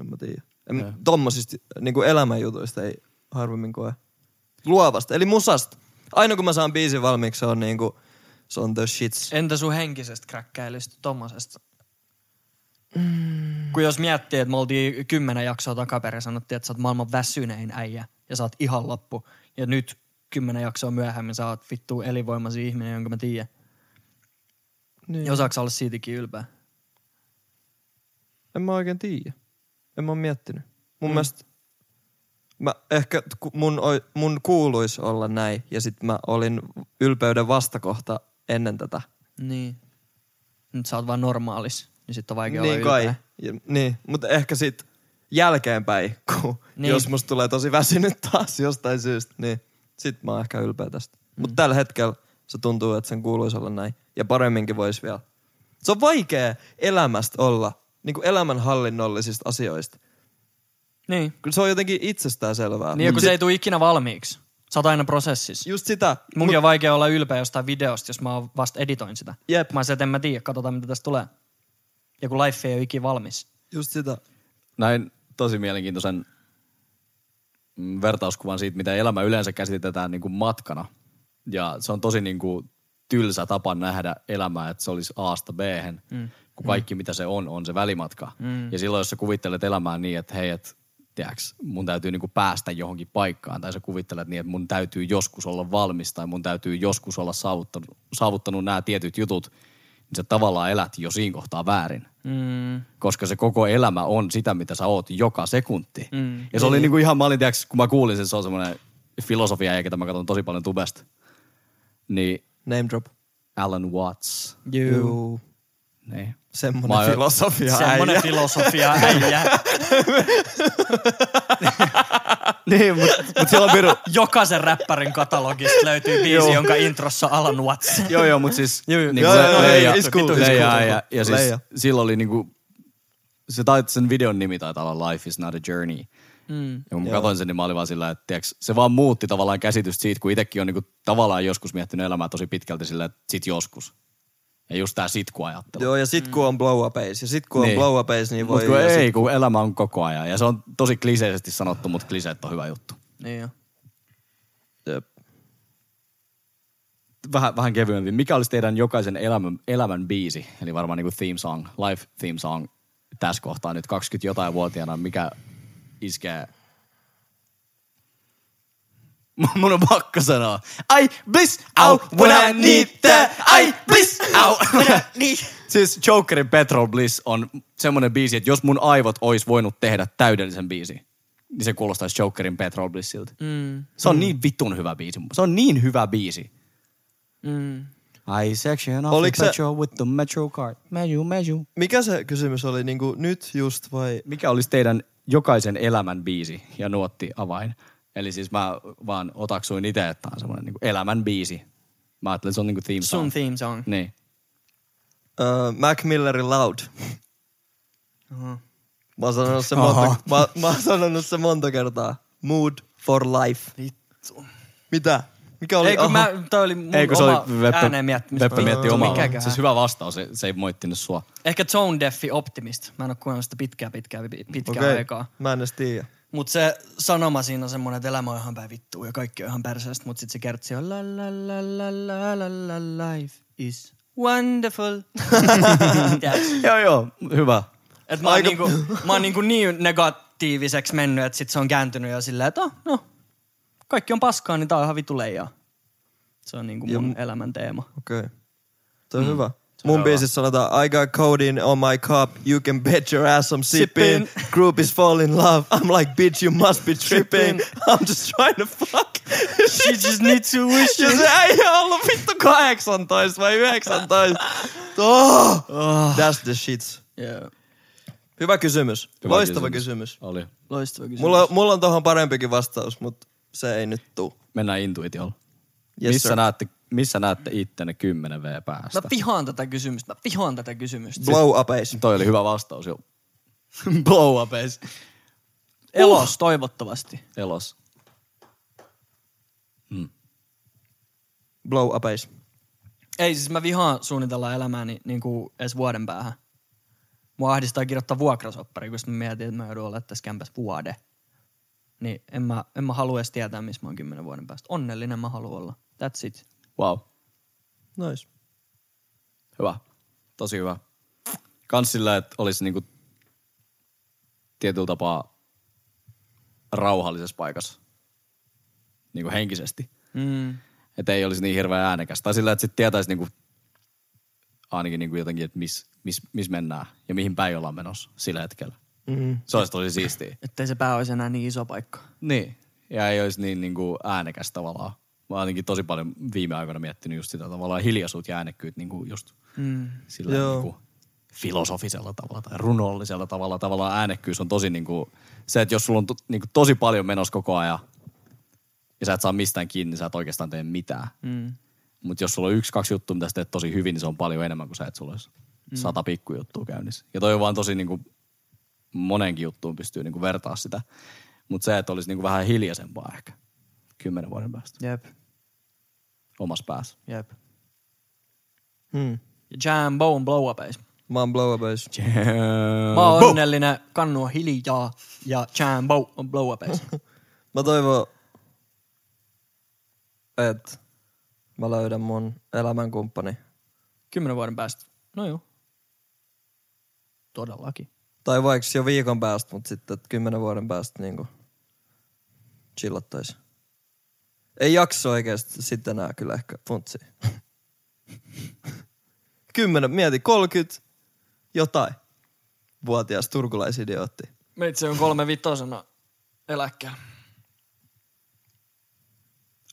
Speaker 4: en mä tiedä. En, tommosista niin kuin elämänjutuista ei harvemmin koe. Luovasta, eli musasta. Aina kun mä saan biisin valmiiksi, se on niinku, se on the shits.
Speaker 3: Entä sun henkisestä kräkkäilystä, tommosesta?
Speaker 4: Mm.
Speaker 3: Kun jos miettii, että me oltiin kymmenen jaksoa takaperin ja sanottiin, että sä oot maailman väsynein äijä ja sä oot ihan loppu. Ja nyt kymmenen jaksoa myöhemmin sä oot vittu elinvoimaisi ihminen, jonka mä tiedän. Niin. Ja osaako sä olla siitäkin ylpeä?
Speaker 4: En mä oikein tiedä. En mä oo miettinyt. Mun mm. mielestä mä ehkä t- ku- mun, oi- mun kuuluis olla näin ja sit mä olin ylpeyden vastakohta ennen tätä.
Speaker 3: Niin. Nyt sä oot vaan normaalis, niin sit on vaikea
Speaker 4: niin
Speaker 3: olla
Speaker 4: kai.
Speaker 3: ylpeä.
Speaker 4: Ja, niin, mutta ehkä sit jälkeenpäin, kun
Speaker 3: Niin.
Speaker 4: niin. jos musta tulee tosi väsynyt taas jostain syystä, niin sit mä oon ehkä ylpeä tästä. Mm. Mutta tällä hetkellä se tuntuu, että sen kuuluisi olla näin. Ja paremminkin voisi vielä. Se on vaikea elämästä olla, niin kuin elämänhallinnollisista asioista.
Speaker 3: Niin.
Speaker 4: Kyllä se on jotenkin itsestäänselvää.
Speaker 3: Niin, ja
Speaker 4: Mut
Speaker 3: kun
Speaker 4: sit-
Speaker 3: se ei tule ikinä valmiiksi. Sä oot aina prosessissa.
Speaker 4: Just sitä.
Speaker 3: Munkin on vaikea olla ylpeä jostain videosta, jos mä oon vasta editoin sitä.
Speaker 4: Jep.
Speaker 3: Mä oon se, että en mä tiedä, katsotaan mitä tästä tulee. Ja kun life ei ole ikinä valmis.
Speaker 4: Just sitä.
Speaker 1: näin tosi mielenkiintoisen mm, vertauskuvan siitä, mitä elämä yleensä käsitetään niin kuin matkana. Ja se on tosi niin kuin tylsä tapa nähdä elämää, että se olisi A-sta b mm. kun kaikki mitä se on, on se välimatka. Mm. Ja silloin, jos sä kuvittelet elämää niin, että hei, et, tiedäks, mun täytyy niin kuin päästä johonkin paikkaan, tai sä kuvittelet niin, että mun täytyy joskus olla valmis, tai mun täytyy joskus olla saavuttanut, saavuttanut nämä tietyt jutut, niin sä tavallaan elät jo siinä kohtaa väärin
Speaker 3: Mm.
Speaker 1: koska se koko elämä on sitä, mitä sä oot joka sekunti. Mm. Ja se oli niinku ihan, mä olin, tiiäks, kun mä kuulin sen, se on semmoinen filosofia, ja ketä mä katson tosi paljon tubesta, niin
Speaker 4: Name drop.
Speaker 1: Alan Watts.
Speaker 4: Juu.
Speaker 1: Niin. Mä
Speaker 4: Semmonen
Speaker 1: oon-
Speaker 4: filosofia
Speaker 3: Semmonen
Speaker 4: äijä.
Speaker 3: filosofia äijä.
Speaker 1: niin, mutta mut sillä on piru.
Speaker 3: Jokaisen räppärin katalogista löytyy biisi,
Speaker 1: Joo.
Speaker 3: jonka introssa Alan Watts.
Speaker 1: joo, joo, mutta siis
Speaker 4: Joo, joo.
Speaker 1: niinku
Speaker 4: Joo, joo,
Speaker 1: le-
Speaker 4: joo,
Speaker 1: leija,
Speaker 4: it's cool, it's
Speaker 1: leija,
Speaker 4: cool.
Speaker 1: ja, ja siis
Speaker 4: Leija.
Speaker 1: sillä oli niinku, se tait, sen videon nimi taitaa olla Life is not a journey. Mm, ja kun mä katsoin sen, niin mä olin vaan sillä, että tiiäks, se vaan muutti tavallaan käsitystä siitä, kun itsekin on niinku tavallaan joskus miettinyt elämää tosi pitkälti sillä, että sit joskus. Ja just tää sit kun ajattelu.
Speaker 4: Joo, ja sit kun on blow up ace, ja sit kun on
Speaker 1: Niin.
Speaker 4: blow up ace, niin
Speaker 1: Mut
Speaker 4: voi...
Speaker 1: kun
Speaker 4: ja sit-
Speaker 1: ei, kun elämä on koko ajan. Ja se on tosi kliseisesti sanottu, mutta kliseet on hyvä juttu.
Speaker 3: niin jo.
Speaker 4: Jep.
Speaker 1: Vähän, vähän kevyempi. Mikä olisi teidän jokaisen elämän, elämän biisi? Eli varmaan niin kuin theme song, life theme song tässä kohtaa nyt 20 jotain vuotiaana. Mikä iskee? Mun on pakko sanoa. I bliss out when I need that. I bliss out when I need. Siis Jokerin Petrol Bliss on semmonen biisi, että jos mun aivot olisi voinut tehdä täydellisen biisin, niin se kuulostaisi Jokerin Petrol Blissiltä. Mm. Se on mm. niin vitun hyvä biisi. Se on niin hyvä biisi. Mm. I section of
Speaker 4: Oliko
Speaker 1: the
Speaker 4: se-
Speaker 1: petrol with the metro card. Meju, meju.
Speaker 4: Mikä se kysymys oli, niinku nyt just vai...
Speaker 1: Mikä olisi teidän jokaisen elämän biisi ja nuotti avain? Eli siis mä vaan otaksuin itse, että tämä on semmoinen niin elämän biisi. Mä ajattelin, että se on niin kuin theme song.
Speaker 3: Sun theme song.
Speaker 1: Niin.
Speaker 4: Uh, Mac Millerin Loud. Mä oon, sanonut se
Speaker 1: Aha.
Speaker 4: monta, mä, mä oon sanonut se monta kertaa. Mood for life.
Speaker 3: Vittu.
Speaker 4: Mitä? Mikä oli?
Speaker 3: Ei kun
Speaker 4: Aha.
Speaker 3: mä, toi oli mun
Speaker 1: Ei, kun se
Speaker 3: oma
Speaker 1: oli Veppe,
Speaker 3: ääneen miettimistä.
Speaker 1: Veppe mietti omaa.
Speaker 3: Mikäköhän?
Speaker 1: Siis hyvä vastaus, se, se ei moittinut sua.
Speaker 3: Ehkä Tone Deafi Optimist. Mä en oo kuunnellut sitä pitkää, pitkää, pitkää okay.
Speaker 4: Okei.
Speaker 3: aikaa.
Speaker 4: Mä en edes tiedä.
Speaker 3: Mutta se sanoma siinä on semmoinen, että elämä on ihan päin vittua ja kaikki on ihan perseestä, mutta sitten se kertsi on la la la la la la la life is wonderful. Tiedätkö?
Speaker 1: Joo, joo, hyvä.
Speaker 3: Et mä oon, niinku, mä oon niinku niin negatiiviseksi mennyt, että sit se on kääntynyt jo silleen, että oh, no, kaikki on paskaa, niin tää on ihan vitu leijaa. Se on niinku mun elämän teema.
Speaker 4: Okei. Okay. Toi Mm. on hyvä. Mun biisissä sanotaan, I got codeine on my cup, you can bet your ass I'm sipping. Group is fall in love, I'm like bitch you must be tripping. I'm just trying to fuck.
Speaker 3: She just needs to wish
Speaker 4: Ja
Speaker 3: you.
Speaker 4: se ei ollut vittu 18 vai 19. Oh. That's the shit.
Speaker 3: Yeah.
Speaker 4: Hyvä kysymys.
Speaker 1: Hyvä
Speaker 4: Loistava
Speaker 1: kysymys.
Speaker 4: kysymys.
Speaker 1: Oli.
Speaker 3: Loistava kysymys.
Speaker 4: Mulla, mulla on tohon parempikin vastaus, mutta se ei nyt tuu.
Speaker 1: Mennään intuitiolla.
Speaker 4: Yes,
Speaker 1: missä,
Speaker 4: sir. No
Speaker 1: näette, missä näette ittenne 10 V päästä?
Speaker 3: Mä vihaan tätä kysymystä. Mä vihaan tätä kysymystä.
Speaker 4: Blow upeis.
Speaker 1: Toi oli hyvä vastaus jo.
Speaker 3: Blow up ees. Elos Siis toivottavasti.
Speaker 1: Elos.
Speaker 4: Blow upeis.
Speaker 3: Ei siis mä vihaan suunnitella elämääni niin kuin edes vuoden päähän. Mua ahdistaa kirjoittaa vuokrasoppari, koska mä mietin, että mä joudun olemaan tässä kämpässä vuode. Niin en mä, en mä halua edes tietää, missä mä oon kymmenen vuoden päästä. Onnellinen mä haluan olla. That's it.
Speaker 1: Wow.
Speaker 4: Nice.
Speaker 1: Hyvä. Tosi hyvä. Kans sillä, että olisi niinku tietyllä tapaa rauhallisessa paikassa. Niinku henkisesti.
Speaker 3: Mm.
Speaker 1: Että ei olisi niin hirveän äänekäs. Tai sillä, että sit tietäisi niinku, ainakin niinku jotenkin, että missä mis, mis mennään ja mihin päin ollaan menossa sillä hetkellä. Mm. Se olisi tosi siistiä.
Speaker 3: Ettei se pää olisi enää niin iso paikka.
Speaker 1: Niin. Ja ei olisi niin, niin kuin äänekäs tavallaan. Mä oon ainakin tosi paljon viime aikoina miettinyt just sitä tavallaan hiljaisuut ja äänekkyyt niin kuin just mm. sillä niin kuin filosofisella tavalla tai runollisella tavalla. Tavallaan äänekkyys on tosi niin kuin, se, että jos sulla on to, niin kuin tosi paljon menossa koko ajan ja sä et saa mistään kiinni, niin sä et oikeastaan tee mitään. Mm. Mutta jos sulla on yksi, kaksi juttua, mitä sä teet tosi hyvin, niin se on paljon enemmän kuin sä, että sulla olisi sata pikkujuttua käynnissä. Ja toi on vaan tosi niin kuin moneenkin juttuun pystyy niinku vertaa sitä. Mutta se, että olisi niinku vähän hiljaisempaa ehkä kymmenen vuoden päästä
Speaker 3: Jep,
Speaker 1: omassa päässä.
Speaker 3: jep.
Speaker 4: Hmm.
Speaker 3: Ja Jambo on blow up ees.
Speaker 4: Mä oon blow upeis. Äh,
Speaker 3: Mä oon onnellinen, kannu on hiljaa ja Jambo on blow up ees.
Speaker 4: Mä toivon, että mä löydän mun elämänkumppani.
Speaker 3: Kymmenen vuoden päästä. No joo. Todellakin.
Speaker 4: Tai vaikka jo viikon päästä, mutta sitten että kymmenen vuoden päästä niinku chillattais. Ei jakso oikeasti sitten enää kyllä ehkä funtsi. Kymmenen, mieti, 30 jotain vuotias turkulaisidiotti.
Speaker 3: Meitsi on kolme vitosena eläkkää.
Speaker 1: Niin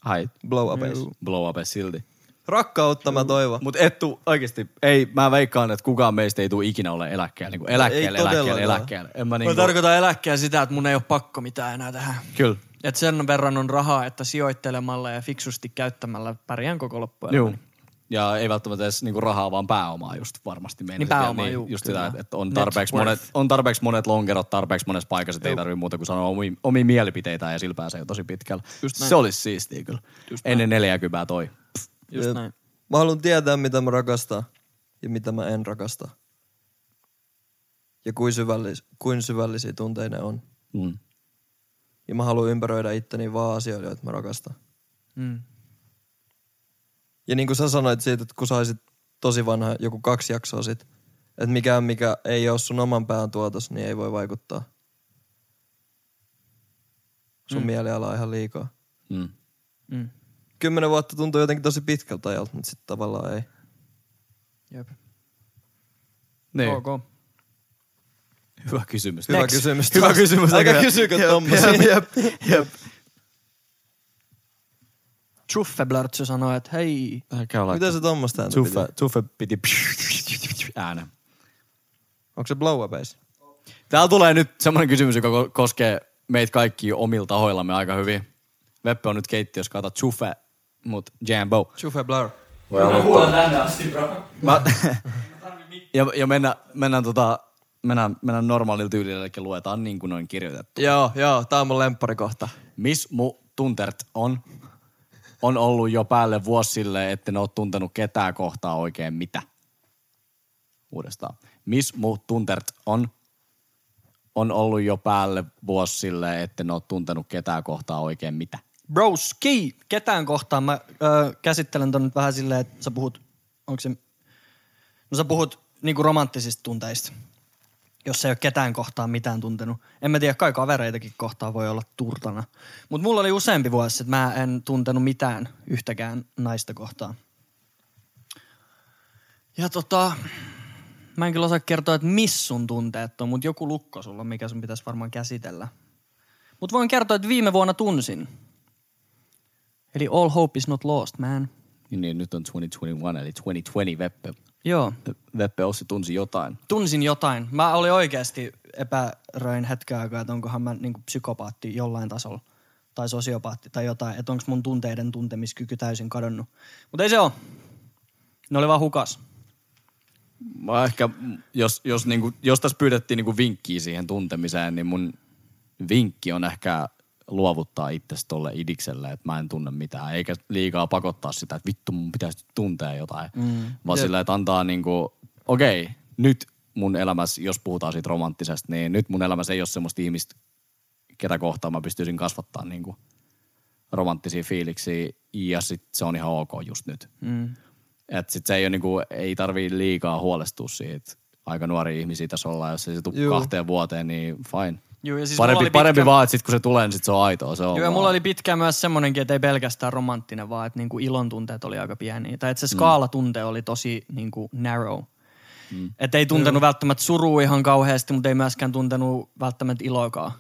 Speaker 1: Hait.
Speaker 4: Blow upeis.
Speaker 1: Blow up silti.
Speaker 4: Rakkautta mä toivon.
Speaker 1: Mutta et tuu oikeasti, ei, mä veikkaan, että kukaan meistä ei tule ikinä ole eläkkeellä. Niinku eläkkeellä,
Speaker 4: Ei
Speaker 1: eläkkeellä,
Speaker 4: todellakaan.
Speaker 1: eläkkeellä. En mä
Speaker 3: Mä
Speaker 1: niinku,
Speaker 3: tarkoitan eläkkää sitä, että mun ei ole pakko mitään enää tähän.
Speaker 1: Kyllä.
Speaker 3: Et sen verran on rahaa, että sijoittelemalla ja fiksusti käyttämällä pärjään koko loppuelämäni.
Speaker 1: Juu. Ja ei välttämättä edes niinku rahaa, vaan pääomaa just varmasti. meinasit.
Speaker 3: Niin pääomaa,
Speaker 1: Ja
Speaker 3: juu,
Speaker 1: Just
Speaker 3: kyllä.
Speaker 1: sitä, että- että on
Speaker 3: Net
Speaker 1: tarpeeksi,
Speaker 3: worth.
Speaker 1: monet, on tarpeeksi monet lonkerot tarpeeksi monessa paikassa, että ei tarvitse muuta kuin sanoa omia, omia mielipiteitä ja sillä pääsee jo tosi pitkällä. se olisi siistiä kyllä. Ennen 40 toi.
Speaker 3: Just
Speaker 4: Jep.
Speaker 3: näin.
Speaker 4: Mä haluan tietää, mitä mä rakastan ja mitä mä en rakasta. Ja kuin, syvällis, kuin syvällisiä tunteina on.
Speaker 1: Mm.
Speaker 4: Ja mä haluan ympäröidä itteni vaan asioilla, joita mä rakastan.
Speaker 3: Mm.
Speaker 4: Ja niin kuin sä sanoit siitä, että kun saisit tosi vanha joku kaksi jaksoa sit, että mikään mikä ei ole sun oman pään tuotos, niin ei voi vaikuttaa sun mm. mielialaa ihan liikaa.
Speaker 1: Mm.
Speaker 3: Mm.
Speaker 4: Kymmenen vuotta tuntuu jotenkin tosi pitkältä ajalta, mutta sitten tavallaan ei.
Speaker 3: Jep.
Speaker 1: Niin.
Speaker 3: Ok.
Speaker 1: Hyvä kysymys.
Speaker 4: Hyvä
Speaker 1: Next.
Speaker 4: kysymys.
Speaker 1: Hyvä
Speaker 4: taas.
Speaker 1: kysymys.
Speaker 4: Älkää
Speaker 1: Näköjään.
Speaker 4: kysykö
Speaker 1: Jep,
Speaker 4: tommosia.
Speaker 1: jep, Jep.
Speaker 3: Chuffeblörtsö sanoi, että hei,
Speaker 1: Älkää olla.
Speaker 4: Mitä se tommoista ääntä piti?
Speaker 1: Tuffe, tuffe piti äänen.
Speaker 4: Onko se blow upeis?
Speaker 1: Täällä tulee nyt semmoinen kysymys, joka ko- koskee meitä kaikki omilla tahoillamme aika hyvin. Veppe on nyt keittiössä, kaata tuffe, mut jambo.
Speaker 4: Chufe blur.
Speaker 1: Mä, ja, ja mennään, mennään, tota, mennään, mennään normaalilla tyylillä, eli luetaan niin kuin noin kirjoitettu.
Speaker 4: Joo, joo, tää on mun lempparikohta.
Speaker 1: Miss mu tuntert on? On ollut jo päälle vuosi sille, etten ole tuntenut ketään kohtaa oikein mitä. Uudestaan. Miss mu tuntert on? On ollut jo päälle vuosi sille, etten ole tuntenut ketään kohtaa oikein mitä.
Speaker 3: broski, ketään kohtaan. Mä ö, käsittelen ton nyt vähän silleen, että sä puhut, onko se, no sä puhut niinku romanttisista tunteista, jos ei ole ketään kohtaan mitään tuntenut. En mä tiedä, kai kavereitakin kohtaan voi olla turtana. Mutta mulla oli useampi vuosi, että mä en tuntenut mitään yhtäkään naista kohtaan. Ja tota, mä en kyllä osaa kertoa, että missä sun tunteet on, mutta joku lukko sulla, on, mikä sun pitäisi varmaan käsitellä. Mutta voin kertoa, että viime vuonna tunsin. Eli all hope is not lost, man.
Speaker 1: Niin, niin, nyt on 2021, eli 2020 Veppe.
Speaker 3: Joo.
Speaker 1: Veppe Ossi tunsi jotain.
Speaker 3: Tunsin jotain. Mä olin oikeasti epäröin hetken aikaa, että onkohan mä niin psykopaatti jollain tasolla tai sosiopaatti tai jotain, että onko mun tunteiden tuntemiskyky täysin kadonnut. Mutta ei se ole. Ne oli vaan hukas.
Speaker 1: Mä ehkä, jos, jos, niin kuin, jos tässä pyydettiin niin kuin vinkkiä siihen tuntemiseen, niin mun vinkki on ehkä luovuttaa itsestä tolle idikselle, että mä en tunne mitään. Eikä liikaa pakottaa sitä, että vittu mun pitäisi nyt tuntea jotain. Mm. Vaan sillä, että antaa niin kuin, okei, okay, nyt mun elämässä, jos puhutaan siitä romanttisesta, niin nyt mun elämässä ei ole semmoista ihmistä, ketä kohtaan mä pystyisin kasvattaa niin kuin romanttisia fiiliksiä. Ja sit se on ihan ok just nyt. Mm. Et sit se ei, ole niinku, ei tarvii liikaa huolestua siitä. Aika nuori ihmisiä tässä ollaan, jos ei se tule kahteen vuoteen, niin fine.
Speaker 3: Joo, ja siis mulla
Speaker 1: parempi,
Speaker 3: oli
Speaker 1: pitkä... parempi
Speaker 3: pitkä-
Speaker 1: vaan, että sit kun se tulee, niin sit se on aitoa. Se on
Speaker 3: Joo, ja
Speaker 1: vaan-
Speaker 3: mulla oli pitkään myös semmonenkin, että ei pelkästään romanttinen, vaan että niinku ilon tunteet oli aika pieniä. Tai että
Speaker 4: Mm.
Speaker 3: se skaala tunte oli tosi niinku narrow. Mm. Että ei tuntenut välttämättä surua ihan kauheasti, mutta ei myöskään tuntenut välttämättä iloakaan.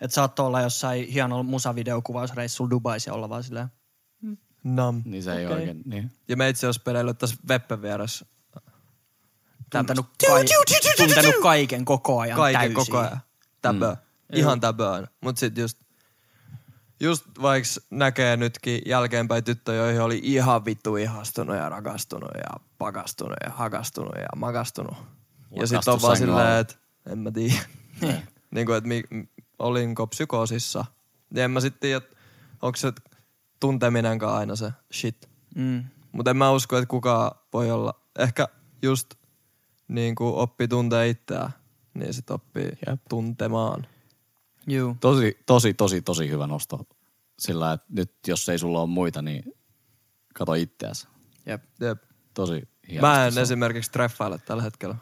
Speaker 3: Että saattoi olla jossain hienolla musavideokuvausreissulla Dubaissa ja olla vaan silleen.
Speaker 4: Nam.
Speaker 1: Niin se ei okay. oikein, niin.
Speaker 4: Ja me itse asiassa peräillyt tässä Veppen vieressä
Speaker 3: Tuntenut, kai, tuntenut kaiken koko ajan
Speaker 4: kaiken
Speaker 3: täysin.
Speaker 4: koko ajan. Täpö. Mm. Ihan täpöön. Mut sit just, just vaikka näkee nytkin jälkeenpäin tyttö, joihin oli ihan vittu ihastunut ja rakastunut ja pakastunut ja hakastunut ja makastunut. Ja sit on
Speaker 1: Lakastu
Speaker 4: vaan
Speaker 1: sängyn
Speaker 4: silleen,
Speaker 1: alle.
Speaker 4: että en mä tiedä. niin kuin, että mi, m- olinko psykoosissa. Niin en mä sit tiedä, että onko se tunteminenkaan aina se shit.
Speaker 3: Mm.
Speaker 4: Mutta en mä usko, että kukaan voi olla. Ehkä just niin kuin oppi tuntee itseään, niin sit oppii Jep. tuntemaan.
Speaker 3: Juu.
Speaker 1: Tosi, tosi, tosi, tosi hyvä nosto. Sillä, että nyt jos ei sulla ole muita, niin kato itseäsi.
Speaker 4: Jep. Jep.
Speaker 1: Tosi hieno.
Speaker 4: Mä en esimerkiksi treffaile tällä hetkellä.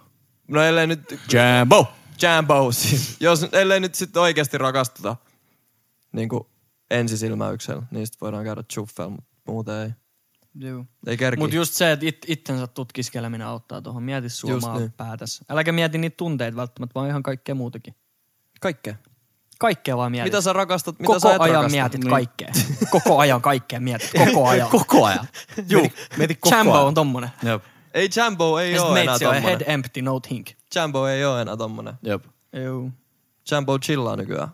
Speaker 4: No ellei nyt
Speaker 1: Jambo!
Speaker 4: jambo siis. Jos, ellei nyt sit oikeasti rakastuta niin kuin ensisilmäyksellä, niin sit voidaan käydä chuffel, mutta muuten ei.
Speaker 3: Juu.
Speaker 4: Ei kerki.
Speaker 3: Mutta just se, että it, itsensä tutkiskeleminen auttaa tuohon. Mieti sua
Speaker 4: Just
Speaker 3: omaa
Speaker 4: niin.
Speaker 3: päätäs. Äläkä mieti niitä tunteita välttämättä, vaan ihan kaikkea muutakin.
Speaker 4: kaikkea.
Speaker 3: Kaikkea vaan mietit.
Speaker 4: Mitä sä rakastat, Niin. mitä
Speaker 3: Koko
Speaker 4: sä et
Speaker 3: ajan
Speaker 4: rakasta?
Speaker 3: mietit kaikkea. Koko ajan kaikkea mietit. Koko ajan.
Speaker 1: Koko ajan.
Speaker 3: Juu.
Speaker 1: Mieti koko
Speaker 3: Chambo
Speaker 1: ajan.
Speaker 3: on tommonen.
Speaker 1: Jep.
Speaker 4: Ei jambo ei
Speaker 3: Ja sit
Speaker 4: oo enää
Speaker 3: meitsi on
Speaker 4: tommonen.
Speaker 3: head empty, no think.
Speaker 4: Jambo ei oo enää tommonen.
Speaker 1: Jep.
Speaker 3: Juu.
Speaker 4: Jambo chillaa nykyään.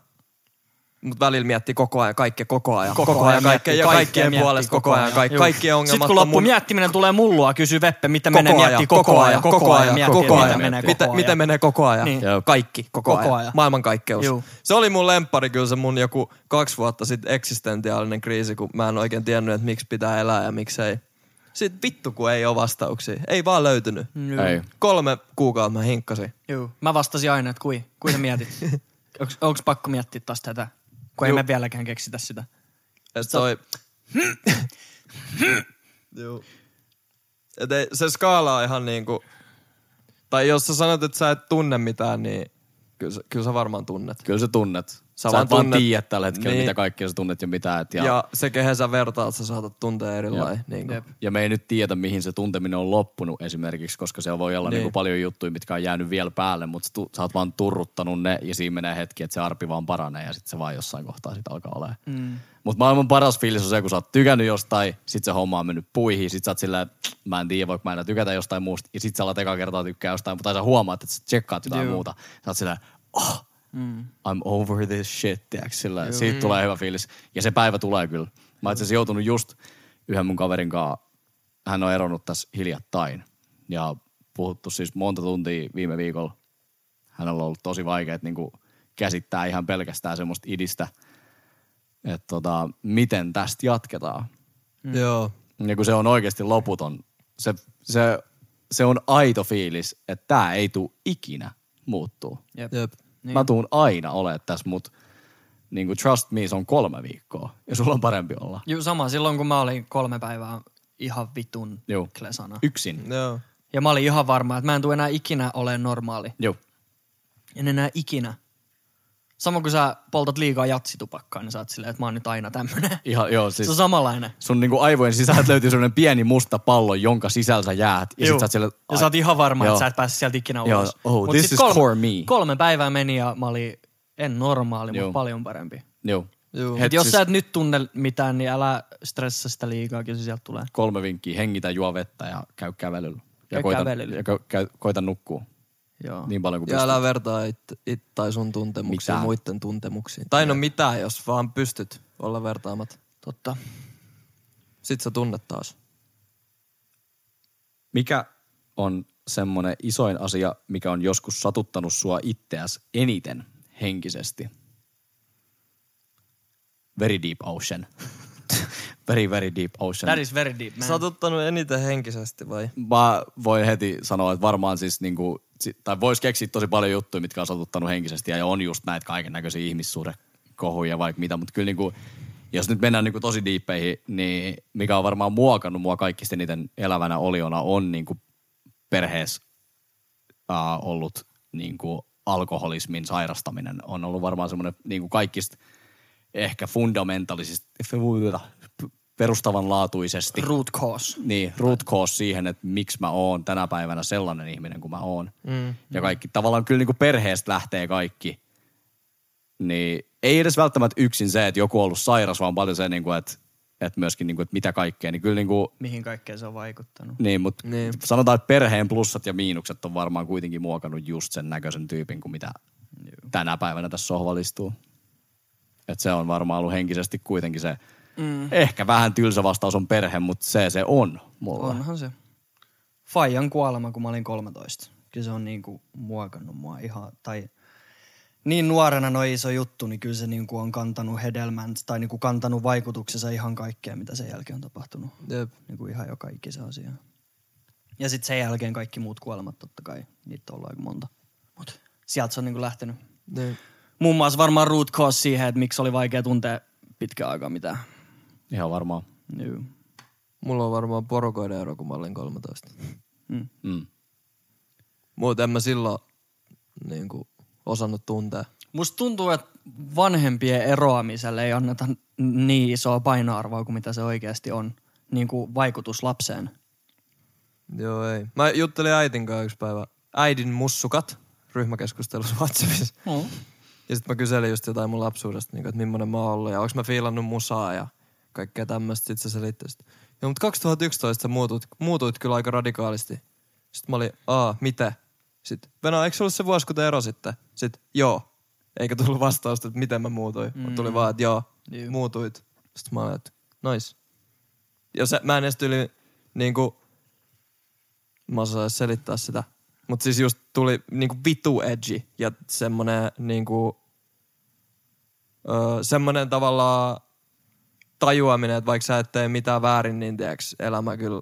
Speaker 4: Mut välillä miettii koko ajan kaikkea, koko ajan, koko,
Speaker 3: ajan
Speaker 4: ajan kaikkea,
Speaker 3: miettii,
Speaker 4: ja
Speaker 3: kaikkea
Speaker 4: kaikkien
Speaker 3: miettii
Speaker 4: puolesta
Speaker 3: koko
Speaker 4: koko ajan,
Speaker 3: ajan.
Speaker 4: kaikki,
Speaker 3: Juu.
Speaker 4: kaikkien
Speaker 3: Sitten
Speaker 4: ongelmat
Speaker 3: kun
Speaker 4: on
Speaker 3: loppu
Speaker 4: mun...
Speaker 3: miettiminen tulee mullua, kysy Veppe, mitä
Speaker 4: Koko
Speaker 3: menee
Speaker 4: ajan,
Speaker 3: miettii
Speaker 4: koko
Speaker 3: koko ajan.
Speaker 4: ajan, koko ajan,
Speaker 3: miettii,
Speaker 4: koko
Speaker 3: mitä
Speaker 4: ajan.
Speaker 3: menee koko
Speaker 4: Mitä,
Speaker 3: ajan.
Speaker 4: mitä menee koko ajan?
Speaker 3: Niin.
Speaker 4: Joo. Kaikki, koko,
Speaker 3: Koko
Speaker 4: koko
Speaker 3: ajan.
Speaker 4: ajan. Maailmankaikkeus.
Speaker 3: Juu.
Speaker 4: Se oli mun lemppari kyllä se mun joku kaksi vuotta sitten eksistentiaalinen kriisi, kun mä en oikein tiennyt, että miksi pitää elää ja miksei. Sitten vittu, kun ei ole vastauksia. Ei vaan löytynyt.
Speaker 3: Juu.
Speaker 1: Ei.
Speaker 4: Kolme kuukautta mä hinkkasin.
Speaker 3: Juu. Mä vastasin aina, että kui, kui sä mietit. Onks, onks pakko miettiä taas tätä? Kun ei me vieläkään keksitä sitä.
Speaker 4: Ja sit toi... Juu. Et ei, se skaala on ihan niinku... Tai jos sä sanot, että sä et tunne mitään, niin kyllä, sä- kyllä sä varmaan tunnet.
Speaker 1: Kyllä sä tunnet. Sä, sä
Speaker 4: vaan
Speaker 1: et vaan
Speaker 4: tunnet-
Speaker 1: tiedät tällä hetkellä,
Speaker 4: Niin.
Speaker 1: niin. mitä kaikkea sä tunnet ja mitä et.
Speaker 4: Ja,
Speaker 1: Ja, ja.
Speaker 4: ja se, kehen sä vertaat, sä saatat tuntea erilainen. Niin kuin.
Speaker 1: ja me ei nyt tiedä, mihin se tunteminen on loppunut esimerkiksi, koska siellä voi olla niin. Niin paljon juttuja, mitkä on jäänyt vielä päälle, mutta tu, sä oot vaan turruttanut ne ja siinä menee hetki, että se arpi vaan paranee ja sitten se vaan jossain kohtaa sitä alkaa olemaan. Mm. Mutta maailman paras fiilis on se, kun sä oot tykännyt jostain, sit se homma on mennyt puihin, sit sä oot sillä, että mä en tiedä, voiko mä enää tykätä jostain muusta, ja sit sä alat ekaa kertaa tykkää jostain, mutta sä huomaat, että sä tsekkaat jotain muuta. Sä oot sillä, oh, I'm over this shit, tiiäks, sillä, siitä tulee hyvä fiilis. Ja se päivä tulee kyllä. Mä itse asiassa joutunut just yhden mun kaverin kanssa, hän on eronnut tässä hiljattain. Ja puhuttu siis monta tuntia viime viikolla. Hänellä on ollut tosi vaikea niin käsittää ihan pelkästään semmoista idistä, että tota, miten tästä jatketaan.
Speaker 4: Mm. Joo.
Speaker 1: Ja kun se on oikeasti loputon, se, se, se on aito fiilis, että tämä ei tule ikinä muuttuu.
Speaker 3: Jep.
Speaker 4: Jep.
Speaker 1: Niin. Mä tuun aina olemaan tässä, mutta niin kuin trust me, se on kolme viikkoa. Ja sulla on parempi olla.
Speaker 3: Juu, sama silloin, kun mä olin kolme päivää ihan vitun
Speaker 1: Juu.
Speaker 3: klesana.
Speaker 1: Yksin.
Speaker 4: Joo.
Speaker 3: Ja mä olin ihan varma, että mä en tule enää ikinä ole normaali.
Speaker 1: Joo.
Speaker 3: En enää ikinä. Sama kuin sä poltat liikaa jatsitupakkaa, niin sä oot silleen, että mä oon nyt aina tämmönen.
Speaker 1: Ihan, joo,
Speaker 3: Se
Speaker 1: siis
Speaker 3: on samanlainen.
Speaker 1: sun niinku aivojen sisältä löytyy sellainen pieni musta pallo, jonka sisällä sä jäät. Ja
Speaker 3: Juu.
Speaker 1: sit sä oot siellä,
Speaker 3: ja sä oot ihan varma,
Speaker 1: Joo.
Speaker 3: että sä et pääse sieltä ikinä
Speaker 1: Joo,
Speaker 3: ulos.
Speaker 1: oh,
Speaker 3: Mut
Speaker 1: this
Speaker 3: sit
Speaker 1: is core me.
Speaker 3: Kolme päivää meni ja mä olin, en normaali,
Speaker 1: Joo.
Speaker 3: mutta paljon parempi.
Speaker 1: Joo.
Speaker 4: Juu.
Speaker 3: Et
Speaker 1: Het,
Speaker 3: jos
Speaker 1: siis
Speaker 3: sä et nyt tunne mitään, niin älä stressaa sitä liikaa, kyllä se sieltä tulee.
Speaker 1: kolme vinkkiä, hengitä, juo vettä ja käy kävelyllä. Ja,
Speaker 3: Käy
Speaker 1: koita,
Speaker 3: kävelyllä.
Speaker 1: ja ko- käy, koita nukkua
Speaker 3: Joo.
Speaker 1: niin paljon kuin
Speaker 4: Ja
Speaker 1: pystyy.
Speaker 4: älä vertaa it, it, tai sun tuntemuksiin
Speaker 1: Mitään.
Speaker 4: muiden tuntemuksiin. Tai no mitään, jos vaan pystyt olla vertaamat.
Speaker 3: Totta.
Speaker 4: Sit sä tunnet taas.
Speaker 1: Mikä on semmoinen isoin asia, mikä on joskus satuttanut sua itseäs eniten henkisesti? Very deep ocean. very, very deep ocean.
Speaker 3: That is very deep, man.
Speaker 4: Satuttanut eniten henkisesti vai?
Speaker 1: Mä voin heti sanoa, että varmaan siis niinku, si- tai vois keksiä tosi paljon juttuja, mitkä on satuttanut henkisesti ja on just näitä kaiken näköisiä ihmissuhdekohuja ja vaikka mitä, mutta kyllä niinku, jos nyt mennään niinku tosi diippeihin, niin mikä on varmaan muokannut mua kaikista eniten elävänä oliona on niinku perheessä ää, ollut niinku alkoholismin sairastaminen. On ollut varmaan semmoinen niinku kaikista ehkä fundamentaalisista, perustavanlaatuisesti
Speaker 3: Root cause.
Speaker 1: niin, root cause siihen, että miksi mä oon tänä päivänä sellainen ihminen kuin mä oon. Mm. Ja kaikki, tavallaan kyllä niin kuin perheestä lähtee kaikki. Niin ei edes välttämättä yksin se, että joku on ollut sairas, vaan paljon se, niin kuin, että, että myöskin niin kuin, että mitä kaikkea. Niin kyllä niin kuin,
Speaker 3: Mihin kaikkeen se on vaikuttanut.
Speaker 1: niin, mutta
Speaker 4: Niin.
Speaker 1: niin. sanotaan, että perheen plussat ja miinukset on varmaan kuitenkin muokannut just sen näköisen tyypin kuin mitä tänä päivänä tässä sohvalla istuu. Et se on varmaan ollut henkisesti kuitenkin se, mm. ehkä vähän tylsä vastaus on perhe, mutta se se on mulla.
Speaker 3: Onhan se. Fajan kuolema, kun mä olin 13. Kyllä se on niinku muokannut mua ihan, tai niin nuorena noin iso juttu, niin kyllä se niinku on kantanut hedelmän tai niinku kantanut vaikutuksensa ihan kaikkea, mitä sen jälkeen on tapahtunut.
Speaker 4: Jep.
Speaker 3: Niinku ihan joka ikisen asia. Ja sitten sen jälkeen kaikki muut kuolemat totta kai, niitä on ollut aika monta. Mut sieltä se on niinku lähtenyt.
Speaker 4: Niin.
Speaker 3: Muun muassa varmaan root cause siihen, että miksi oli vaikea tuntea pitkään aikaa mitään.
Speaker 1: Ihan varmaan.
Speaker 3: Joo.
Speaker 4: Mulla on varmaan porukoiden ero, kun mä olin 13.
Speaker 1: Mm.
Speaker 4: Muuten en mä silloin niin kuin, osannut tuntea.
Speaker 3: Musta tuntuu, että vanhempien eroamiselle ei anneta n- niin isoa painoarvoa kuin mitä se oikeasti on. Niin kuin vaikutus lapseen.
Speaker 4: Joo, ei. Mä juttelin äitin kanssa yksi päivä. Äidin mussukat ryhmäkeskustelussa WhatsAppissa.
Speaker 3: Mm.
Speaker 4: Ja sitten mä kyselin just jotain mun lapsuudesta, niin kuin, että millainen mä oon ollut ja onko mä fiilannut musaa ja kaikkea tämmöistä. Sitten se selitti sit. Ja mutta 2011 sä muutuit, muutuit kyllä aika radikaalisti. Sitten mä olin, aa, mitä? Sitten, Venä, eikö se ollut se vuosi, kun te erositte? Sitten, joo. Eikä tullut vastausta, että miten mä muutuin. Mm. Tuli vaan, että joo,
Speaker 3: Juu.
Speaker 4: muutuit. Sitten mä olin, että nice. Ja se, mä en edes tyyli, niin kuin, mä osaan edes selittää sitä. Mutta siis just tuli niinku vitu edgy ja semmonen niinku, öö, semmonen tavallaan tajuaminen, että vaikka sä et tee mitään väärin, niin tiiäks, elämä kyllä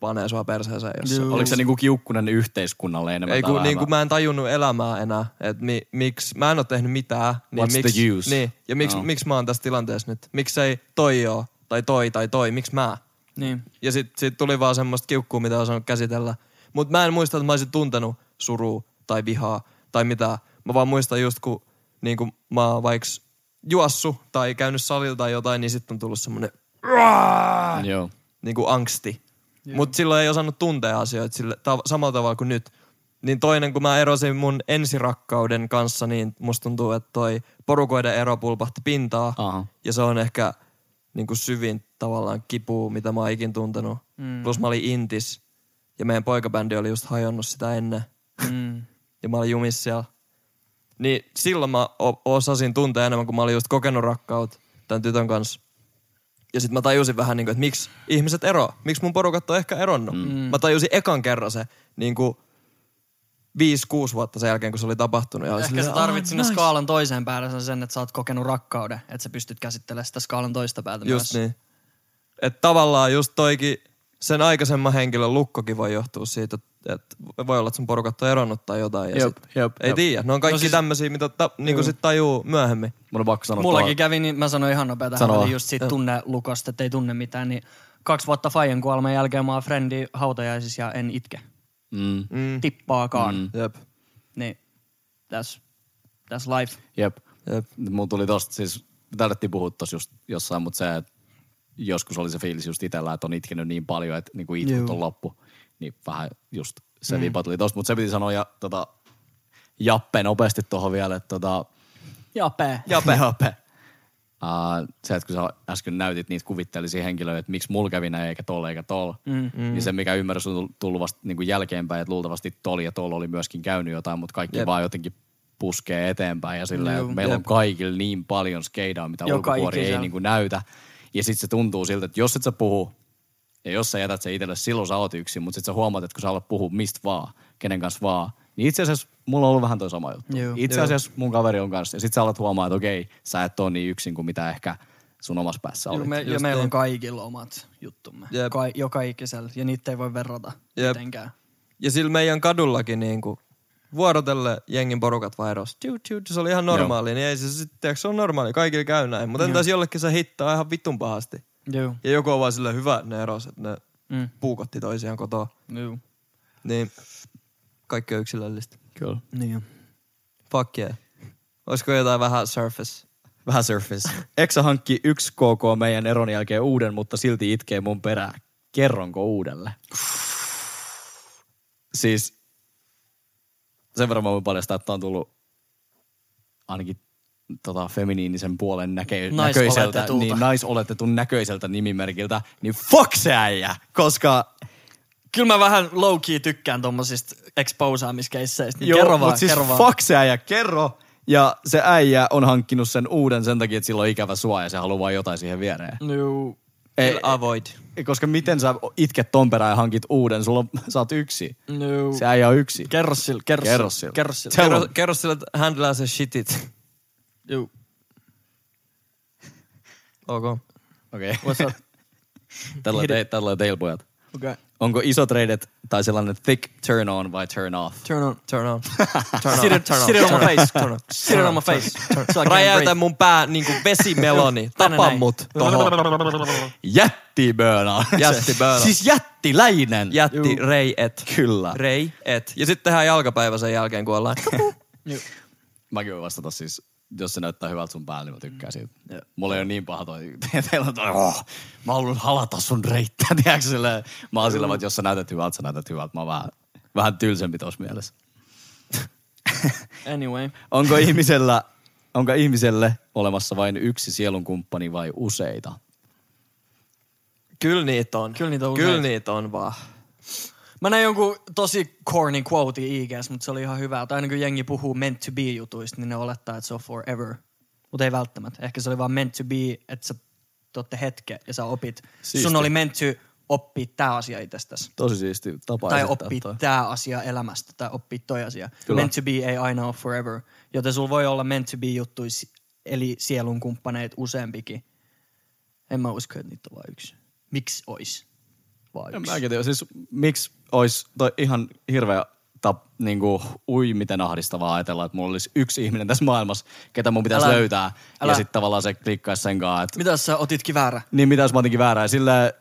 Speaker 4: panee sua perseeseen. Jos
Speaker 3: Juu.
Speaker 1: Oliko se niinku kiukkunen yhteiskunnalle enemmän
Speaker 4: ei
Speaker 1: tai
Speaker 4: kun
Speaker 1: vähemmän?
Speaker 4: niinku mä en tajunnut elämää enää, että mi, miksi, mä en oo tehnyt mitään. Niin
Speaker 1: What's
Speaker 4: miksi,
Speaker 1: the use?
Speaker 4: Niin, ja miksi,
Speaker 1: No.
Speaker 4: miksi mä oon tässä tilanteessa nyt? Miksi ei toi oo, tai toi, tai toi, miksi mä?
Speaker 3: Niin.
Speaker 4: Ja sit, sit tuli vaan semmoista kiukkua, mitä on saanut käsitellä. Mut mä en muista, että mä olisin tuntenut surua tai vihaa tai mitä. Mä vaan muistan just, kun niin kun mä oon vaikka juossu tai käynyt salilla tai jotain, niin sitten on tullut semmoinen
Speaker 1: Joo.
Speaker 4: niin kuin angsti. Mutta silloin ei osannut tuntea asioita sille, tav- samalla tavalla kuin nyt. Niin toinen, kun mä erosin mun ensirakkauden kanssa, niin musta tuntuu, että toi porukoiden ero pulpahti pintaa.
Speaker 1: Aha.
Speaker 4: Ja se on ehkä niin kuin syvin tavallaan kipu, mitä mä oon ikin tuntenut. Mm. Plus mä olin intis ja meidän poikabändi oli just hajonnut sitä ennen.
Speaker 3: Mm.
Speaker 4: Ja mä olin jumissa siellä. Niin silloin mä o- osasin tuntea enemmän, kun mä olin just kokenut rakkaut tämän tytön kanssa. Ja sitten mä tajusin vähän, niin kuin, että miksi ihmiset ero, miksi mun porukat on ehkä eronnut. Mm. Mä tajusin ekan kerran se niin kuin 5-6 vuotta sen jälkeen, kun se oli "Ah, tapahtunut. Ja
Speaker 3: Ehkä sä tarvit sinne skaalan toiseen päälle sen, sen, että sä oot kokenut rakkauden. Että sä pystyt käsittelemään sitä skaalan toista päätä
Speaker 4: Just
Speaker 3: myös.
Speaker 4: niin. Että tavallaan just toikin sen aikaisemman henkilön lukkokin voi johtua siitä, että voi olla, että sun porukat on eronnut tai jotain. Ja
Speaker 1: Jep,
Speaker 4: sit,
Speaker 1: jep,
Speaker 4: ei
Speaker 1: jep.
Speaker 4: tiedä. Ne on kaikki no siis, tämmöisiä, mitä ta, niinku sit tajuu myöhemmin.
Speaker 1: Mun on pakko sanoa
Speaker 3: Mullakin
Speaker 1: tuohon-
Speaker 3: kävi, niin mä sanoin ihan nopeata.
Speaker 1: Sano
Speaker 3: Sano.
Speaker 1: vaan.
Speaker 3: Oli just siitä tunnelukosta, että ei tunne mitään. Niin kaksi vuotta Fajan kuoleman jälkeen mä oon frendi hautajaisissa ja en itke.
Speaker 1: Mm.
Speaker 3: Mm. Tippaakaan. Mm.
Speaker 4: Jep.
Speaker 3: Niin, that's,
Speaker 6: That's life.
Speaker 1: Jep.
Speaker 4: Jep.
Speaker 1: Mun tuli tosta siis, me tarvittiin puhua tossa just jossain, mutta se, että joskus oli se fiilis just itellä, että on itkenyt niin paljon, että niinku itkut on loppu. Niin vähän just se mm. viipa tuli tosta. Mutta se piti sanoa ja, tota, Jappe nopeasti tuohon vielä, että tota,
Speaker 6: Jape.
Speaker 1: Jape. Jape. Uh, se, että kun sä äsken näytit niitä kuvitteellisia henkilöitä, että miksi mulla kävi näin eikä tolla eikä tolla, mm, mm. niin se mikä ymmärrys on tull- tullut vasta niin kuin jälkeenpäin, että luultavasti tol ja tol oli myöskin käynyt jotain, mutta kaikki
Speaker 4: Jep.
Speaker 1: Jep. vaan jotenkin puskee eteenpäin ja silleen,
Speaker 6: Juu,
Speaker 1: että meillä on
Speaker 4: jep.
Speaker 1: kaikilla niin paljon skeidaa, mitä
Speaker 6: Joka
Speaker 1: ulkopuori ei
Speaker 6: ikisellä.
Speaker 1: niin kuin näytä. Ja sitten se tuntuu siltä, että jos et sä puhu, ja jos sä jätät se itselle, silloin sä oot yksin, mutta sitten sä huomaat, että kun sä alat puhua mistä vaan, kenen kanssa vaan, niin itse asiassa mulla on ollut vähän toi sama juttu.
Speaker 3: Joo.
Speaker 1: itse asiassa mun kaveri on kanssa. Ja sit sä alat huomaa, että okei, sä et ole niin yksin kuin mitä ehkä sun omassa päässä
Speaker 3: Joo,
Speaker 1: oli.
Speaker 3: me, ja
Speaker 4: Just
Speaker 3: meillä
Speaker 4: niin.
Speaker 3: on kaikilla omat juttumme.
Speaker 4: Jep.
Speaker 3: Ka- joka ikisellä. Ja niitä ei voi verrata
Speaker 4: Jep.
Speaker 3: mitenkään.
Speaker 4: Ja sillä meidän kadullakin niinku vuorotelle jengin porukat vaihdos. Se oli ihan normaali, niin ei se sitten, se on normaali, kaikilla käy näin. Mutta entäs jollekin se hittaa ihan vittun pahasti.
Speaker 3: Joo.
Speaker 4: Ja joku on vaan sille hyvä, että ne eros, että ne
Speaker 3: Mm.
Speaker 4: puukotti toisiaan kotoa.
Speaker 3: Joo.
Speaker 4: Niin kaikki on yksilöllistä.
Speaker 1: Kyllä.
Speaker 3: Niin.
Speaker 4: Fuck yeah. Olisiko jotain vähän surface?
Speaker 5: Vähän surface. Eksa hankki yksi KK meidän eron jälkeen uuden, mutta silti itkee mun perään.
Speaker 1: Kerronko uudelle? Siis sen verran mä voin paljastaa, että tää on tullut ainakin tota, feminiinisen puolen näkö- näköiseltä,
Speaker 6: Naisoletetulta.
Speaker 1: niin naisoletetun näköiseltä nimimerkiltä, niin fuck se äijä, koska
Speaker 3: Kyllä mä vähän low-key tykkään tommosista exposaamiskeisseistä. Niin
Speaker 1: Joo,
Speaker 3: kerro vaan,
Speaker 1: mut siis
Speaker 3: kerro vaan.
Speaker 1: fuck se äijä, kerro. Ja se äijä on hankkinut sen uuden sen takia, että sillä on ikävä sua ja se haluaa vain jotain siihen viereen.
Speaker 3: Joo.
Speaker 1: Ei,
Speaker 4: Avoid.
Speaker 3: Mm.
Speaker 1: ei, koska miten sä itket ton perään ja hankit uuden, sulla on, sä oot yksi.
Speaker 3: Joo.
Speaker 1: Se äijä on yksi.
Speaker 3: Kerro sille, kerro,
Speaker 1: Kerro
Speaker 3: sille,
Speaker 1: sille.
Speaker 3: Kerro sille.
Speaker 1: Tell
Speaker 4: Kerro,
Speaker 1: him.
Speaker 4: kerro sille, että handlaa se shitit.
Speaker 3: Joo.
Speaker 4: Ok.
Speaker 1: Okei, okay.
Speaker 3: What's up?
Speaker 1: tällä on te- tällä on teillä pojat.
Speaker 3: Okei. Okay.
Speaker 1: Onko isot reidet tai sellainen thick turn on vai turn off?
Speaker 3: Turn on.
Speaker 4: Turn on. Turn
Speaker 3: Sit it,
Speaker 4: turn
Speaker 3: sit it on
Speaker 4: turn
Speaker 3: my face.
Speaker 4: Turn on.
Speaker 3: Sit it on my face. So I can't
Speaker 4: Räjäytä
Speaker 3: breathe.
Speaker 4: mun pää niinku vesimeloni.
Speaker 3: Tänne
Speaker 4: Tapa
Speaker 3: näin.
Speaker 4: mut tohon.
Speaker 1: Jätti burnout.
Speaker 4: Jätti burnout.
Speaker 1: siis jättiläinen.
Speaker 4: Jätti, rei et.
Speaker 1: Kyllä.
Speaker 4: Rei et. Ja sitten tehdään jalkapäivä sen jälkeen, kun ollaan.
Speaker 1: Mäkin voin vastata siis, jos se näyttää hyvältä sun päälle, niin mä tykkään siitä. Mulla ei ole niin paha toi, teillä on toi, oh, mä haluan halata sun reittää, tiedätkö silleen? Mä oon sillä, vaan, että jos sä näytät hyvältä, sä näytät hyvältä. Mä oon vähän, vähän tylsempi tuossa mielessä.
Speaker 3: Anyway.
Speaker 1: Onko ihmisellä, onko ihmiselle olemassa vain yksi sielun kumppani vai useita?
Speaker 4: Kyllä niitä on.
Speaker 3: Kyllä niitä on
Speaker 4: Kyllä
Speaker 3: useita.
Speaker 4: niitä on vaan.
Speaker 3: Mä näin jonkun tosi corny quote IGS, mutta se oli ihan hyvä. Tai aina kun jengi puhuu meant to be jutuista, niin ne olettaa, että se on forever. Mutta ei välttämättä. Ehkä se oli vaan meant to be, että sä totte hetke ja sä opit. Siisti. Sun oli meant to oppia tää asia itsestäsi.
Speaker 1: Tosi siisti tapa
Speaker 3: Tai
Speaker 1: esittää
Speaker 3: oppii
Speaker 1: toi.
Speaker 3: tää asia elämästä tai oppii toi asia. Kyllä.
Speaker 1: Kyllä.
Speaker 3: Meant to be ei aina ole forever. Joten sulla voi olla meant to be juttuis, eli sielun kumppaneita useampikin. En mä usko, että niitä on vaan yksi. Miksi ois? Vaan
Speaker 1: En
Speaker 3: yksi.
Speaker 1: mäkin tiedä. Siis miksi olisi toi ihan hirveä tap, niin kuin, ui miten ahdistavaa ajatella, että mulla olisi yksi ihminen tässä maailmassa, ketä mun pitäisi
Speaker 3: Älä.
Speaker 1: löytää. Älä.
Speaker 3: Älä.
Speaker 1: Ja sitten tavallaan se klikkaisi sen kanssa, että
Speaker 3: Mitä jos sä otitkin väärä?
Speaker 1: niin mitä jos mä otinkin väärää. Sille,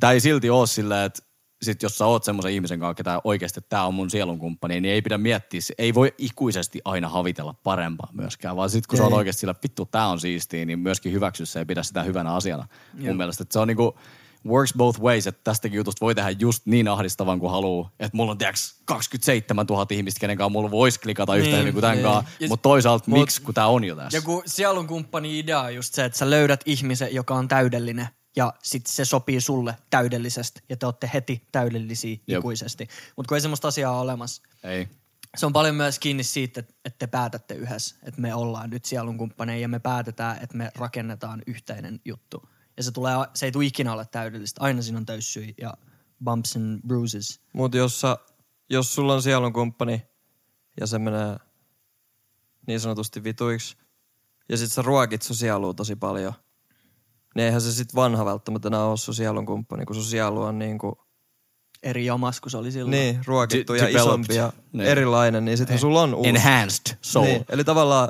Speaker 1: tai ei silti ole silleen, että sit jos sä oot semmoisen ihmisen kanssa, ketä oikeasti tää on mun sielun kumppani, niin ei pidä miettiä, se- ei voi ikuisesti aina havitella parempaa myöskään, vaan sit kun se on oikeasti sillä, vittu tää on siistiä, niin myöskin hyväksy se ja pidä sitä hyvänä asiana mun mielestä. Että se on niinku, works both ways, että tästäkin jutusta voi tehdä just niin ahdistavan kuin haluaa, että mulla on tiiäks 27 000 ihmistä, kenen kanssa mulla voisi klikata yhtä
Speaker 3: Niin,
Speaker 1: hyvin kuin tämän
Speaker 3: niin.
Speaker 1: kanssa,
Speaker 3: Ja s-
Speaker 1: mutta toisaalta miksi, kun tää on jo tässä.
Speaker 3: Joku sielun kumppani idea on just se, että sä löydät ihmisen, joka on täydellinen ja sit se sopii sulle täydellisesti ja te olette heti täydellisiä
Speaker 1: Jep.
Speaker 3: ikuisesti. Mutta kun ei semmoista asiaa ole olemassa.
Speaker 1: Ei.
Speaker 3: Se on paljon myös kiinni siitä, että- että te päätätte yhdessä, että me ollaan nyt sielun kumppaneja ja me päätetään, että me rakennetaan yhteinen juttu. Ja se, tulee, se ei tule ikinä ole täydellistä. Aina siinä on töyssyi ja bumps and bruises.
Speaker 4: Mut jos, sä, jos sulla on sielun kumppani ja se menee niin sanotusti vituiksi, ja sit sä ruokit sun sielua tosi paljon, niin eihän se sit vanha välttämättä enää oo sun sielun kumppani, kun sun sielu on niinku,
Speaker 3: Eri jamas kuin se oli silloin.
Speaker 4: niin, ruokittu
Speaker 1: De-
Speaker 4: ja
Speaker 1: developed.
Speaker 4: isompi ja
Speaker 1: Niin.
Speaker 4: erilainen, niin sittenhän sulla on uusi.
Speaker 1: Enhanced soul.
Speaker 4: Niin, eli tavallaan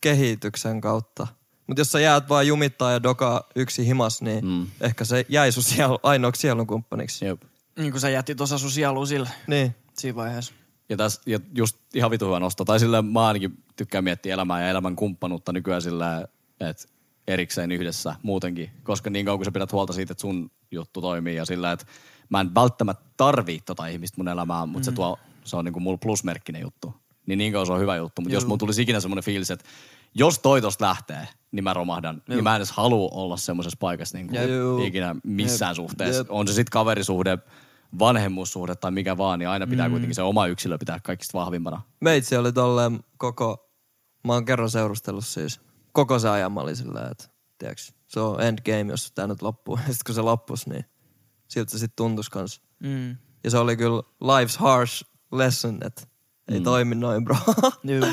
Speaker 4: kehityksen kautta. Mutta jos sä jäät vaan jumittaa ja dokaa yksi himas, niin mm. ehkä se jäi sun sielu, ainoaksi sielun kumppaniksi.
Speaker 1: Jep.
Speaker 3: Niin kuin sä jätit osa sun sielua sillä
Speaker 4: Niin.
Speaker 3: siinä vaiheessa.
Speaker 1: Ja, täs, ja just ihan vitu hyvä nosto. Tai sillä mä ainakin tykkään miettiä elämää ja elämän kumppanuutta nykyään sillä, että erikseen yhdessä muutenkin. Koska niin kauan kun sä pidät huolta siitä, että sun juttu toimii ja sillä, että mä en välttämättä tarvii tota ihmistä mun elämään, mutta mm. se tuo, se on niinku mulla plusmerkkinen juttu. Niin niin kauan se on hyvä juttu. Mutta jos mun tulisi ikinä semmoinen fiilis, että jos toi tosta lähtee, niin mä romahdan. Juu. Niin mä en edes halua olla semmoisessa paikassa niin
Speaker 4: Juu.
Speaker 1: kuin ikinä missään suhteessa. On se sitten kaverisuhde, vanhemmuussuhde tai mikä vaan, niin aina pitää mm. kuitenkin se oma yksilö pitää kaikista vahvimpana.
Speaker 4: Meitsi oli tolleen koko, mä oon kerran seurustellut siis, koko se ajan mä olin silleen, että tiiäks, se on endgame, jos tää nyt loppuu. Ja sit kun se loppus, niin siltä se sit tuntus kans.
Speaker 3: Mm.
Speaker 4: Ja se oli kyllä life's harsh lesson, että ei mm. toimi noin bro.
Speaker 3: Juu.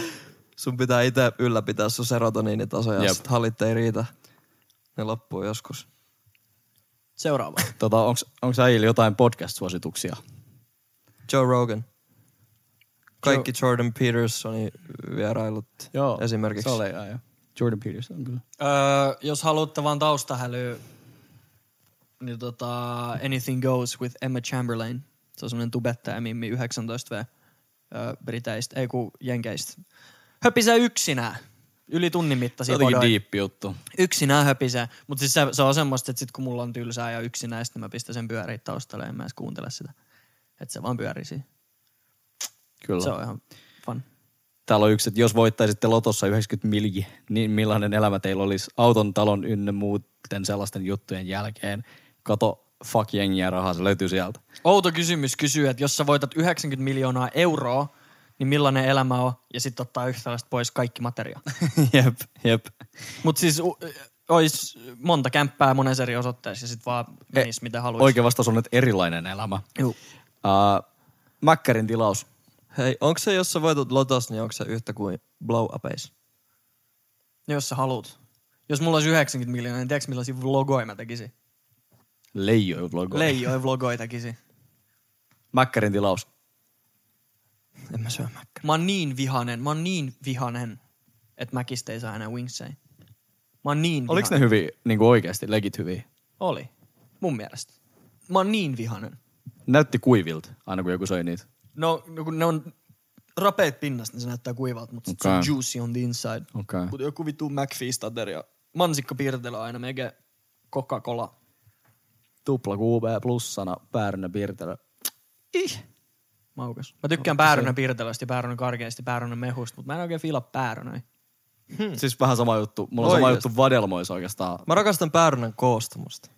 Speaker 4: sun pitää itse ylläpitää sun serotoniinitasoja,
Speaker 1: Jep.
Speaker 4: jos sit halit ei riitä. Ne loppuu joskus.
Speaker 3: Seuraava.
Speaker 1: Tota, onko äijillä jotain podcast-suosituksia?
Speaker 4: Joe Rogan. Kaikki Jordan Petersonin vierailut esimerkiksi.
Speaker 1: Se oli äijä. Jordan Peterson kyllä.
Speaker 3: Öö, jos haluatte vaan taustahälyä, niin tota Anything Goes with Emma Chamberlain. Se on semmoinen tubettaja Mimmi 19V. Öö, Briteistä, ei kun Jenkeistä. Höpisee yksinään. Yli tunnin
Speaker 1: Se
Speaker 3: mittaisia
Speaker 1: on jotenkin
Speaker 3: podoja.
Speaker 1: diippi juttu.
Speaker 3: Yksinään höpisee. Mutta siis se, se, on semmoista, että sit kun mulla on tylsää ja yksinään, sitten mä pistän sen pyöriin taustalle ja en mä edes kuuntele sitä. Että se vaan pyörisi.
Speaker 1: Kyllä.
Speaker 3: Se on ihan fun.
Speaker 1: Täällä on yksi, että jos voittaisitte lotossa 90 milji, niin millainen elämä teillä olisi auton, talon ynnä muuten sellaisten juttujen jälkeen? Kato, fuck jengiä rahaa, se löytyy sieltä.
Speaker 3: Outo kysymys kysyä, että jos sä voitat 90 miljoonaa euroa, niin millainen elämä on? Ja sitten ottaa yhtäläiset pois kaikki materia.
Speaker 1: jep, jep.
Speaker 3: Mutta siis u- ois monta kämppää monessa eri osoitteessa ja sitten vaan
Speaker 4: E,
Speaker 3: menis mitä haluaisi.
Speaker 1: Oikea vastaus on, että erilainen elämä.
Speaker 3: Juu.
Speaker 1: Uh, Mäkkärin tilaus.
Speaker 4: Hei, onko se, jos sä voitat lotos, niin onko se yhtä kuin blow upeis?
Speaker 3: No jos sä haluut. Jos mulla olisi 90 miljoonaa, niin tiedätkö millaisia vlogoja mä tekisin?
Speaker 1: Leijoi vlogoja.
Speaker 3: Leijoja vlogoja tekisin.
Speaker 1: Mäkkärin tilaus.
Speaker 4: En mä syö mäkkä.
Speaker 3: Mä oon niin vihanen, mä oon niin vihanen, että mäkistä ei saa enää wingsei. Mä oon niin
Speaker 1: Oliko ne
Speaker 3: vihanen.
Speaker 1: hyviä, niin kuin oikeasti, legit hyviä?
Speaker 3: Oli. Mun mielestä. Mä oon niin vihanen.
Speaker 1: Näytti kuivilta, aina kun joku söi niitä.
Speaker 3: No, no kun ne on rapeet pinnasta, niin se näyttää kuivalta, mutta okay. se on
Speaker 1: Okei.
Speaker 3: juicy on the inside.
Speaker 1: Okei.
Speaker 3: Mutta joku vittu McFeast ja mansikka piirtelö aina, mege Coca-Cola.
Speaker 1: Tupla QB plussana, päärynä piirtelö.
Speaker 3: Maukas. Mä tykkään päärynän piirtelöstä ja päärynän karkeista ja päärynän mehusta, mutta mä en oikein fiila päärynöi.
Speaker 1: Hmm. Siis vähän sama juttu. Mulla on sama
Speaker 4: Oikeesti?
Speaker 1: juttu vadelmoissa oikeastaan.
Speaker 4: Mä rakastan päärynän koostumusta.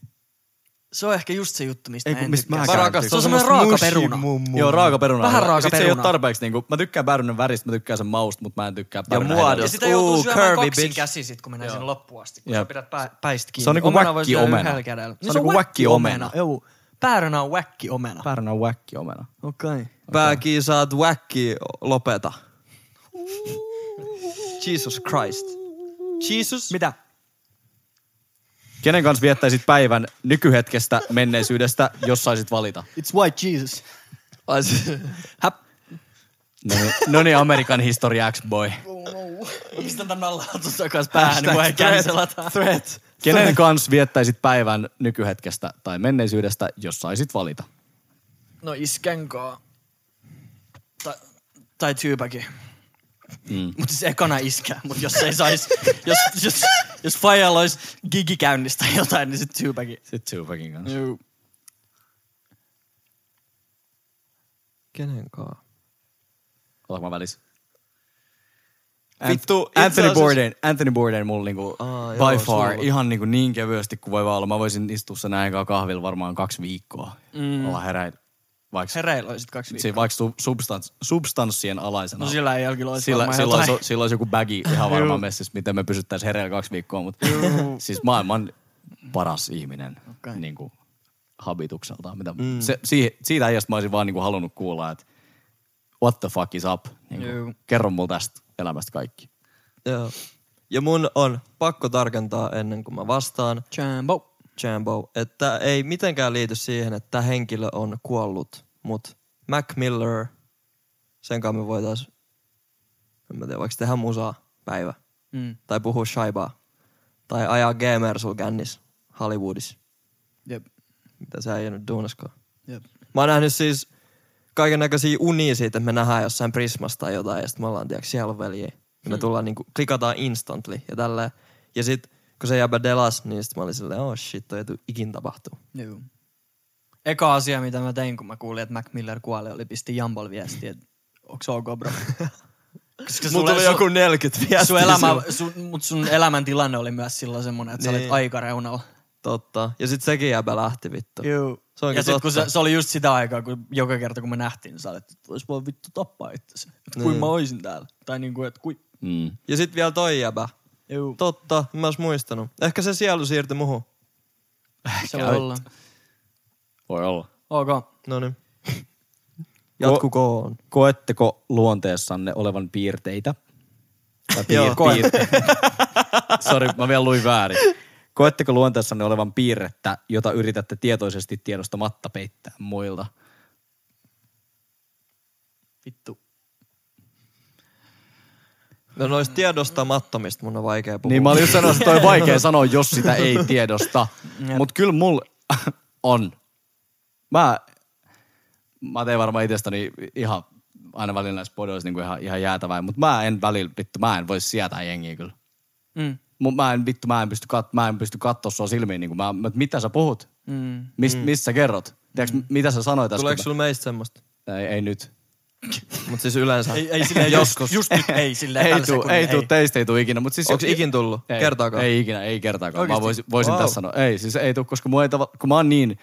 Speaker 3: Se on ehkä just se juttu, mistä
Speaker 1: Ei,
Speaker 3: mä
Speaker 1: kun
Speaker 3: en
Speaker 1: mistä
Speaker 3: tykkää.
Speaker 1: mäkään Mä rakastan
Speaker 3: se on semmoinen raaka peruna.
Speaker 1: Joo, raaka peruna.
Speaker 3: Vähän raaka
Speaker 1: Sitten se ei ole
Speaker 3: peruna.
Speaker 1: tarpeeksi. Niinku, mä tykkään päärynän väristä, mä tykkään sen mausta, mutta mä en tykkää päärynän
Speaker 4: muodosta.
Speaker 1: hedelmästä.
Speaker 3: Ja sitä joutuu
Speaker 4: Ooh,
Speaker 3: Ooh, syömään
Speaker 4: curvy,
Speaker 3: kaksin
Speaker 4: bitch.
Speaker 3: käsi sit, kun mennään sinne loppuun asti, kun
Speaker 1: Jep.
Speaker 3: sä pidät pää, päistä kiinni.
Speaker 1: Se on niinku
Speaker 3: Omena voi
Speaker 1: whack-i
Speaker 3: syödä
Speaker 1: omena.
Speaker 3: yhdellä Niin kädellä.
Speaker 1: Se on niinku
Speaker 3: whack-i
Speaker 1: whack-i omena.
Speaker 3: Joo. Päärynä on wäkki omena.
Speaker 1: Päärynä on wäkki omena.
Speaker 3: Okei. Okay.
Speaker 4: Pääkiin saat wacki, lopeta. Jesus Christ. Jesus.
Speaker 3: Mitä?
Speaker 1: Kenen kanssa viettäisit päivän nykyhetkestä, menneisyydestä, jos saisit valita?
Speaker 3: It's white Jesus.
Speaker 4: Ai se-
Speaker 3: Häp.
Speaker 1: No niin- No niin, Amerikan History X-boy.
Speaker 3: Mä pistän tän nallahatun takas päähän, kun ei cancelata.
Speaker 1: Threat. Kenen kanssa viettäisit päivän nykyhetkestä tai menneisyydestä, jos saisit valita?
Speaker 3: No iskänkaa. Tai, tai tyypäkin. Mm. Mutta siis ekana iskää, mutta jos ei sais, jos, jos, jos Fajalla olisi gigikäynnistä jotain, niin sit tyypäkin.
Speaker 1: Sitten Tupakin kanssa.
Speaker 3: Juu.
Speaker 4: Kenenkaan?
Speaker 1: Otanko mä välissä?
Speaker 4: Vittu, itse
Speaker 1: Anthony
Speaker 4: asiassa-
Speaker 1: Bourdain, Anthony Bourdain mulla niinku
Speaker 4: Aa,
Speaker 1: Aa, by
Speaker 4: joo,
Speaker 1: far
Speaker 4: sulla.
Speaker 1: ihan niinku niin kevyesti kuin voi vaan olla. Mä voisin istua sen aikaa kahvilla varmaan kaksi viikkoa. Mm. Olla heräillä. Vaikka,
Speaker 3: Hereillä olisit kaksi viikkoa.
Speaker 1: si- vaikka su- substans, substanssien alaisena.
Speaker 3: No sillä ei jälkeen olisi
Speaker 1: sillä,
Speaker 3: varmaan
Speaker 1: sillä,
Speaker 3: jotain.
Speaker 1: olisi, sillä olisi joku bagi ihan varmaan messissä, miten me pysyttäisiin hereillä kaksi viikkoa. Mutta siis maailman paras ihminen
Speaker 3: Okei.
Speaker 1: okay. niin kuin, habitukseltaan. Mitä, mm. se, si- siitä ajasta mä olisin vaan niin kuin, halunnut kuulla, että what the fuck is up? Niin
Speaker 3: Juu.
Speaker 1: kuin, kerro mulle tästä elämästä kaikki.
Speaker 4: Joo. Ja mun on pakko tarkentaa ennen kuin mä vastaan,
Speaker 3: Jambo.
Speaker 4: Jambo, että ei mitenkään liity siihen, että tää henkilö on kuollut, mutta Mac Miller, sen kanssa me voitais, en mä tiedä, vaikka tehdä musaa päivä,
Speaker 3: Mm.
Speaker 4: tai puhua shaibaa, tai ajaa gamer sul kännis Hollywoodissa,
Speaker 3: Jep.
Speaker 4: mitä sä ei nyt duunaskaan.
Speaker 3: Jep.
Speaker 4: Mä oon nähnyt siis kaiken näköisiä unia siitä, että me nähdään jossain Prismasta tai jotain, ja sitten me ollaan, tiedätkö, siellä on veljiä. Ja me tullaan niinku, klikataan instantly ja tälleen. Ja sit, kun se jäbä delas, niin sit mä olin silleen, oh shit, toi ei tuu ikin tapahtuu.
Speaker 3: Joo. Eka asia, mitä mä tein, kun mä kuulin, että Mac Miller kuoli, oli pisti Jambol viestiä, että onks ok, bro? Koska sulle- su-
Speaker 4: 40 viestiä.
Speaker 3: Sun elämä, sun, mut sun elämän tilanne oli myös silloin semmonen, että sä olit
Speaker 4: Niin.
Speaker 3: aikareunalla.
Speaker 4: Totta. Ja sit sekin jäbä lähti vittu.
Speaker 3: Joo.
Speaker 4: Se onkin
Speaker 3: ja sit, kun
Speaker 4: totta.
Speaker 3: se, se, oli just sitä aikaa, kun joka kerta kun me nähtiin, niin sä olet, että vois vaan vittu tappaa itsesi. Että kuin mä oisin täällä. Tai niinku, että kui...
Speaker 1: Mm.
Speaker 4: Ja sit vielä toi jäbä.
Speaker 3: Juu,
Speaker 4: Totta, mä ois muistanut. Ehkä se sielu siirtyi muhun.
Speaker 3: se voi olla.
Speaker 1: Voi olla.
Speaker 3: Ok.
Speaker 4: Noniin. Jatkukoon.
Speaker 5: Koetteko luonteessanne olevan piirteitä? Tai
Speaker 4: Joo,
Speaker 5: piir-
Speaker 4: koen.
Speaker 5: piirteitä.
Speaker 1: Sori, mä vielä luin väärin.
Speaker 5: Koetteko luonteessanne olevan piirrettä, jota yritätte tietoisesti tiedostamatta peittää muilta?
Speaker 3: Vittu.
Speaker 4: No noista tiedostamattomista mun on vaikea puhua.
Speaker 1: Niin mä olin just sanonut, että toi on vaikea sanoa, jos sitä ei tiedosta. Mut kyllä mul on. Mä, mä teen varmaan itsestäni ihan aina välillä näissä podoissa niin ihan, ihan jäätävää, mutta mä en välillä, vittu, mä en voi sietää jengiä kyllä.
Speaker 3: Mm.
Speaker 1: Mut mä en, vittu, mä en pysty, kat, mä en pysty katsoa sua silmiin, niin kuin mä, mä- mitä sä puhut?
Speaker 3: Mm.
Speaker 1: Mist, mm. Mistä sä kerrot? Tiedätkö, mm. mitä sä sanoit äsken?
Speaker 4: Tuleeko sulla meistä semmoista?
Speaker 1: Ei, ei nyt.
Speaker 4: Mut siis yleensä.
Speaker 3: Ei, ei silleen joskus. Just, just nyt ei silleen.
Speaker 1: ei
Speaker 3: tällä
Speaker 1: tuu,
Speaker 3: sekunnilla
Speaker 1: ei tuu, teistä ei tuu ikinä. Mut siis
Speaker 4: Onko
Speaker 1: jos-
Speaker 4: ikin tullut?
Speaker 1: Ei,
Speaker 4: Kertaakaan.
Speaker 1: Ei ikinä, ei kertaakaan. Mä
Speaker 3: Oikeesti?
Speaker 1: voisin, voisin
Speaker 4: Wow.
Speaker 1: tässä sanoa. Ei, siis ei tule, koska mua ei tava, kun mä oon niin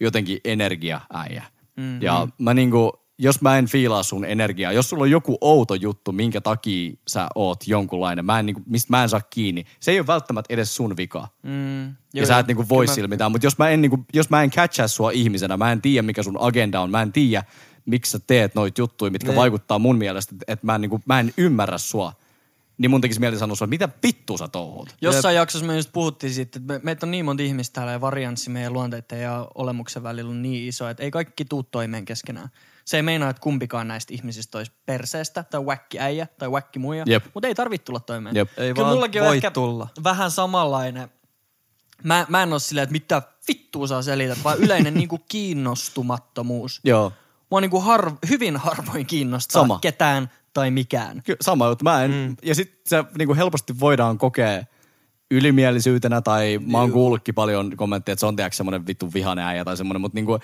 Speaker 1: jotenkin energiaäijä. Mm-hmm. Ja mä niinku, jos mä en fiilaa sun energiaa, jos sulla on joku outo juttu, minkä takia sä oot jonkunlainen, mä en, niinku, mistä mä en saa kiinni, se ei ole välttämättä edes sun vika.
Speaker 3: Mm.
Speaker 1: Joo, ja sä et niinku voi sillä mitään, mutta jos mä en, niinku, jos mä en catchaa sua ihmisenä, mä en tiedä mikä sun agenda on, mä en tiedä miksi sä teet noit juttuja, mitkä
Speaker 4: Niin.
Speaker 1: vaikuttaa mun mielestä, että mä, en niinku, mä en ymmärrä sua. Niin mun tekisi mieli sanoa sulle, mitä vittu sä touhuut?
Speaker 3: Jossain jaksossa me just puhuttiin siitä, että me, meitä on niin monta ihmistä täällä ja varianssi meidän luonteiden ja olemuksen välillä on niin iso, että ei kaikki tuu toimeen keskenään. Se ei meinaa, että kumpikaan näistä ihmisistä olisi perseestä tai wäkki äijä tai wäkki muija,
Speaker 1: Jep.
Speaker 3: mutta ei tarvitse tulla toimeen.
Speaker 1: Jep.
Speaker 4: Ei
Speaker 3: Kyllä
Speaker 4: vaan
Speaker 3: mullakin on
Speaker 4: voi
Speaker 3: ehkä
Speaker 4: tulla.
Speaker 3: vähän samanlainen. Mä, mä en ole silleen, että mitä vittua saa selität, vaan yleinen niinku kiinnostumattomuus.
Speaker 1: Joo.
Speaker 3: Mua niinku harv, hyvin harvoin kiinnostaa
Speaker 1: Sama.
Speaker 3: ketään tai mikään.
Speaker 1: Ky- sama juttu. Mä en, mm. Ja sitten se niinku helposti voidaan kokea ylimielisyytenä tai mä oon kuullutkin paljon kommentteja, että se on tiedätkö semmoinen vittu vihane äijä tai semmoinen, mutta niinku,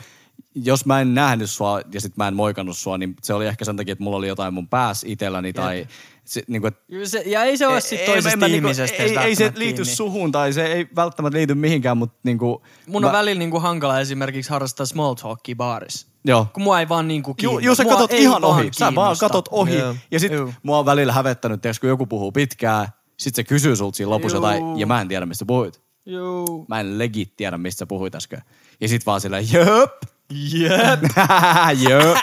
Speaker 1: jos mä en nähnyt sua ja sit mä en moikannut sua, niin se oli ehkä sen takia, että mulla oli jotain mun päässä itselläni tai se, niinku, et,
Speaker 3: Kyllä Se, ja E- ei se ole sit toisesta
Speaker 1: mä niinku-
Speaker 3: ihmisestä.
Speaker 1: ei, ei se
Speaker 3: välttämättä
Speaker 1: liity
Speaker 3: kiinni.
Speaker 1: suhun tai se ei välttämättä liity mihinkään, mutta niinku,
Speaker 3: Mun
Speaker 1: mä,
Speaker 3: on välillä niinku hankala esimerkiksi harrastaa small talkia baarissa.
Speaker 1: Joo.
Speaker 3: Kun mua ei vaan niinku
Speaker 1: Ju,
Speaker 3: kiinnosta.
Speaker 1: juu, sä
Speaker 3: Mua
Speaker 1: katot
Speaker 3: ei
Speaker 1: ihan
Speaker 3: vaan
Speaker 1: ohi. Sä vaan
Speaker 3: kiinnosta.
Speaker 1: katot ohi.
Speaker 4: Joo.
Speaker 1: Ja sit
Speaker 3: Juu.
Speaker 1: mua on välillä hävettänyt, tiiäks, kun joku puhuu pitkään, sit se kysyy sulta siinä lopussa
Speaker 3: Juu.
Speaker 1: jotain, ja mä en tiedä, mistä sä puhuit.
Speaker 3: Juu.
Speaker 1: Mä en legit tiedä, mistä sä puhuit äsken. Ja sit vaan silleen, jöp. Jöp. jöp.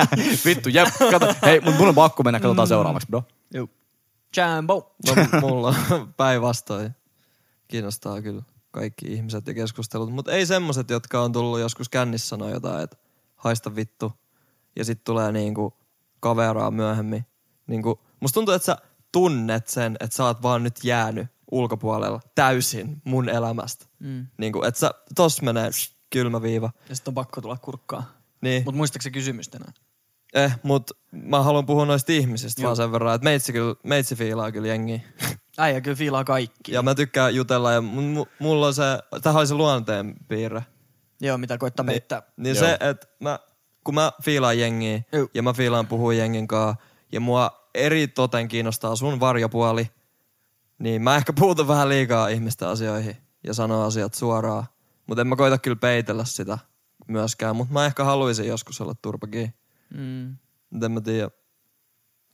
Speaker 1: Vittu, jöp. Kato. Hei, mut mun on pakko mennä,
Speaker 4: Mm.
Speaker 1: katsotaan seuraavaksi, bro.
Speaker 3: Juu. Jambo.
Speaker 4: No, mulla on päinvastoin. Kiinnostaa kyllä kaikki ihmiset ja keskustelut. Mutta ei semmoset, jotka on tullut joskus kännissä sanoa jotain, että haista vittu. Ja sit tulee niinku kaveraa myöhemmin. Niinku, musta tuntuu, että sä tunnet sen, että sä oot vaan nyt jäänyt ulkopuolella täysin mun elämästä. Mm. Niinku, että sä, tos menee psh, kylmä viiva.
Speaker 3: Ja sit on pakko tulla kurkkaa.
Speaker 4: Niin.
Speaker 3: Mut muistaaks se kysymys tänään?
Speaker 4: Eh, mut mä haluan puhua noista ihmisistä Joo. vaan sen verran, että meitsi, kyllä, meitsi fiilaa kyllä jengiä.
Speaker 3: Äijä kyllä fiilaa kaikki.
Speaker 4: Ja mä tykkään jutella ja mun- mu- mulla on se, tähän oli se luonteen piirre.
Speaker 3: Joo, mitä koittaa peittää.
Speaker 4: Niin Joo. se, että mä, kun mä fiilaan jengiä
Speaker 3: Joo.
Speaker 4: ja mä fiilaan puhua jengin kanssa ja mua eri toten kiinnostaa sun varjopuoli, niin mä ehkä puutun vähän liikaa ihmisten asioihin ja sanon asiat suoraan. Mutta en mä koita kyllä peitellä sitä myöskään, mutta mä ehkä haluaisin joskus olla turpakin.
Speaker 3: Mm.
Speaker 4: Mut en mä tiedä.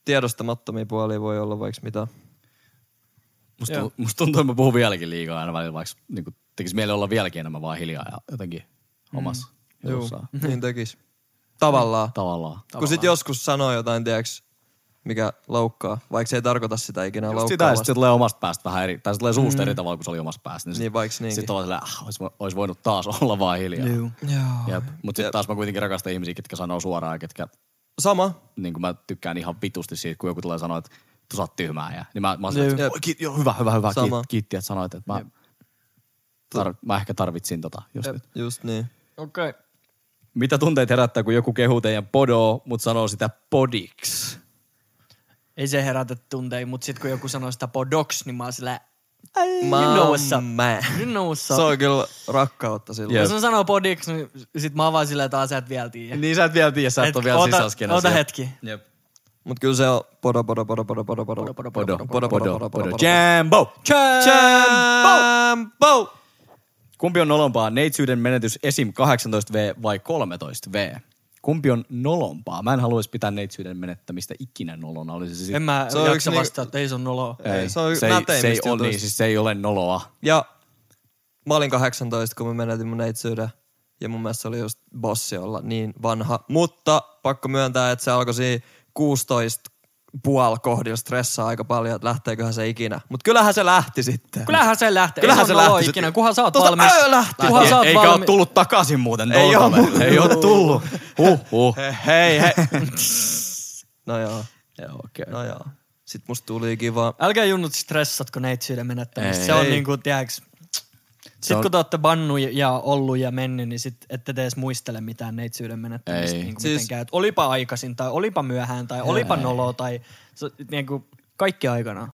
Speaker 4: Tiedostamattomia puolia voi olla vaikka mitä.
Speaker 1: Musta, tuntuu- musta tuntuu, että mä puhun vieläkin liikaa aina välillä, vaikka niin tekisi mieli olla vieläkin enemmän vaan hiljaa ja jotenkin omassa mm. jutussaan.
Speaker 4: niin tekis. Tavallaan.
Speaker 1: Tavallaan.
Speaker 4: Kun sit joskus sanoo jotain, tiedäks, mikä loukkaa, vaikka se ei tarkoita sitä ikinä
Speaker 1: Just sitä,
Speaker 4: loukkaa.
Speaker 1: ja sitten tulee omasta päästä vähän eri, tai se tulee suusta mm. eri tavalla, kun se oli omasta päästä. Niin,
Speaker 4: Niin, vaiks niinkin.
Speaker 1: Sitten on silleen, ah, olisi, olisi voinut taas olla vaan hiljaa.
Speaker 3: Juu.
Speaker 1: Jep. Mutta sitten taas mä kuitenkin rakastan ihmisiä, ketkä sanoo suoraan, ja ketkä,
Speaker 4: Sama.
Speaker 1: niin kuin mä tykkään ihan vitusti siitä, kun joku tulee sanoa, että tu sä oot tyhmää. Ja, niin mä, mä oon silleen,
Speaker 4: Juu.
Speaker 1: että, "Oi, kiit, joo, hyvä, hyvä, hyvä, kiit,
Speaker 4: Sama.
Speaker 1: kiitti, että sanoit, että mä, tar, mä ehkä tarvitsin tota just nyt.
Speaker 4: Just niin.
Speaker 3: Okei. Okay.
Speaker 1: Mitä tunteet herättää, kun joku kehuu teidän podoo, mutta sanoo sitä podiksi?
Speaker 3: Ei se herätä tunteja, mutta sitten kun joku sanoo sitä podoks, niin mä oon sillä, "Ai, you know what's up.
Speaker 4: Mä.
Speaker 3: You know what's
Speaker 4: Se
Speaker 3: up.
Speaker 4: on kyllä rakkautta silloin.
Speaker 1: Jep.
Speaker 3: Jos on sanoo podiksi, niin sit mä avaan silleen taas, sä et vielä tiedä.
Speaker 1: Niin sä et vielä tiedä, sä et ole vielä sisäskenä.
Speaker 3: Ota hetki.
Speaker 1: Jep.
Speaker 4: Mut kyllä se on podo, podo, podo, podo, podo, podo, podo,
Speaker 1: Podo, podo, podo, podo.
Speaker 4: podo.
Speaker 1: Jambo!
Speaker 4: Jambo!
Speaker 1: Kumpi on nolompaa, neitsyyden menetys esim. 18V vai 13V? Kumpi on nolompaa? Mä en haluaisi pitää neitsyyden menettämistä ikinä nolona. Olisi se sit...
Speaker 3: En mä
Speaker 4: Se on yksi
Speaker 3: jaksa
Speaker 4: niinku-
Speaker 3: vastaa, että ei se on noloa.
Speaker 4: Ei, se on
Speaker 1: se ei, se ei,
Speaker 4: näteimmistä
Speaker 1: ole,
Speaker 4: jutuista.
Speaker 1: niin, siis se ei ole noloa.
Speaker 4: Ja mä olin 18, kun mä menetin mun neitsyyden. Ja mun mielestä se oli just bossi olla niin vanha. Mutta pakko myöntää, että se alkoi siinä 16 puol kohdilla stressaa aika paljon, että lähteeköhän se ikinä. Mutta kyllähän se lähti sitten.
Speaker 3: Kyllähän se lähtee.
Speaker 4: Kyllähän
Speaker 3: ei se,
Speaker 4: se
Speaker 3: on noloa
Speaker 4: lähti.
Speaker 3: ikinä, kunhan sä oot
Speaker 4: Tuosta
Speaker 3: valmis.
Speaker 4: öö lähti.
Speaker 3: Kunhan sä oot
Speaker 1: Eikä ole
Speaker 3: valmis.
Speaker 1: tullut takaisin muuten.
Speaker 4: Ei oo
Speaker 1: Doltavelle.
Speaker 4: muuten
Speaker 1: Ei ole tullut. Huhhuh.
Speaker 4: Hei, hei. no joo,
Speaker 1: Joo, okei.
Speaker 4: no joo. Sitten musta tuli kiva.
Speaker 3: Älkää junnut stressatko neitsyyden menettämistä.
Speaker 1: Ei.
Speaker 3: Se on
Speaker 4: Ei.
Speaker 3: niinku, tiedäks,
Speaker 1: Se
Speaker 3: sit
Speaker 1: on-
Speaker 3: kun te ootte bannu ja ollut ja mennyt, niin sit ette te edes muistele mitään neitsyyden menettämistä.
Speaker 1: Ei.
Speaker 3: Niinku
Speaker 4: Siis-
Speaker 3: siis... mitenkään. Et olipa aikaisin tai olipa myöhään tai olipa nolo tai se, niinku, kaikki aikana.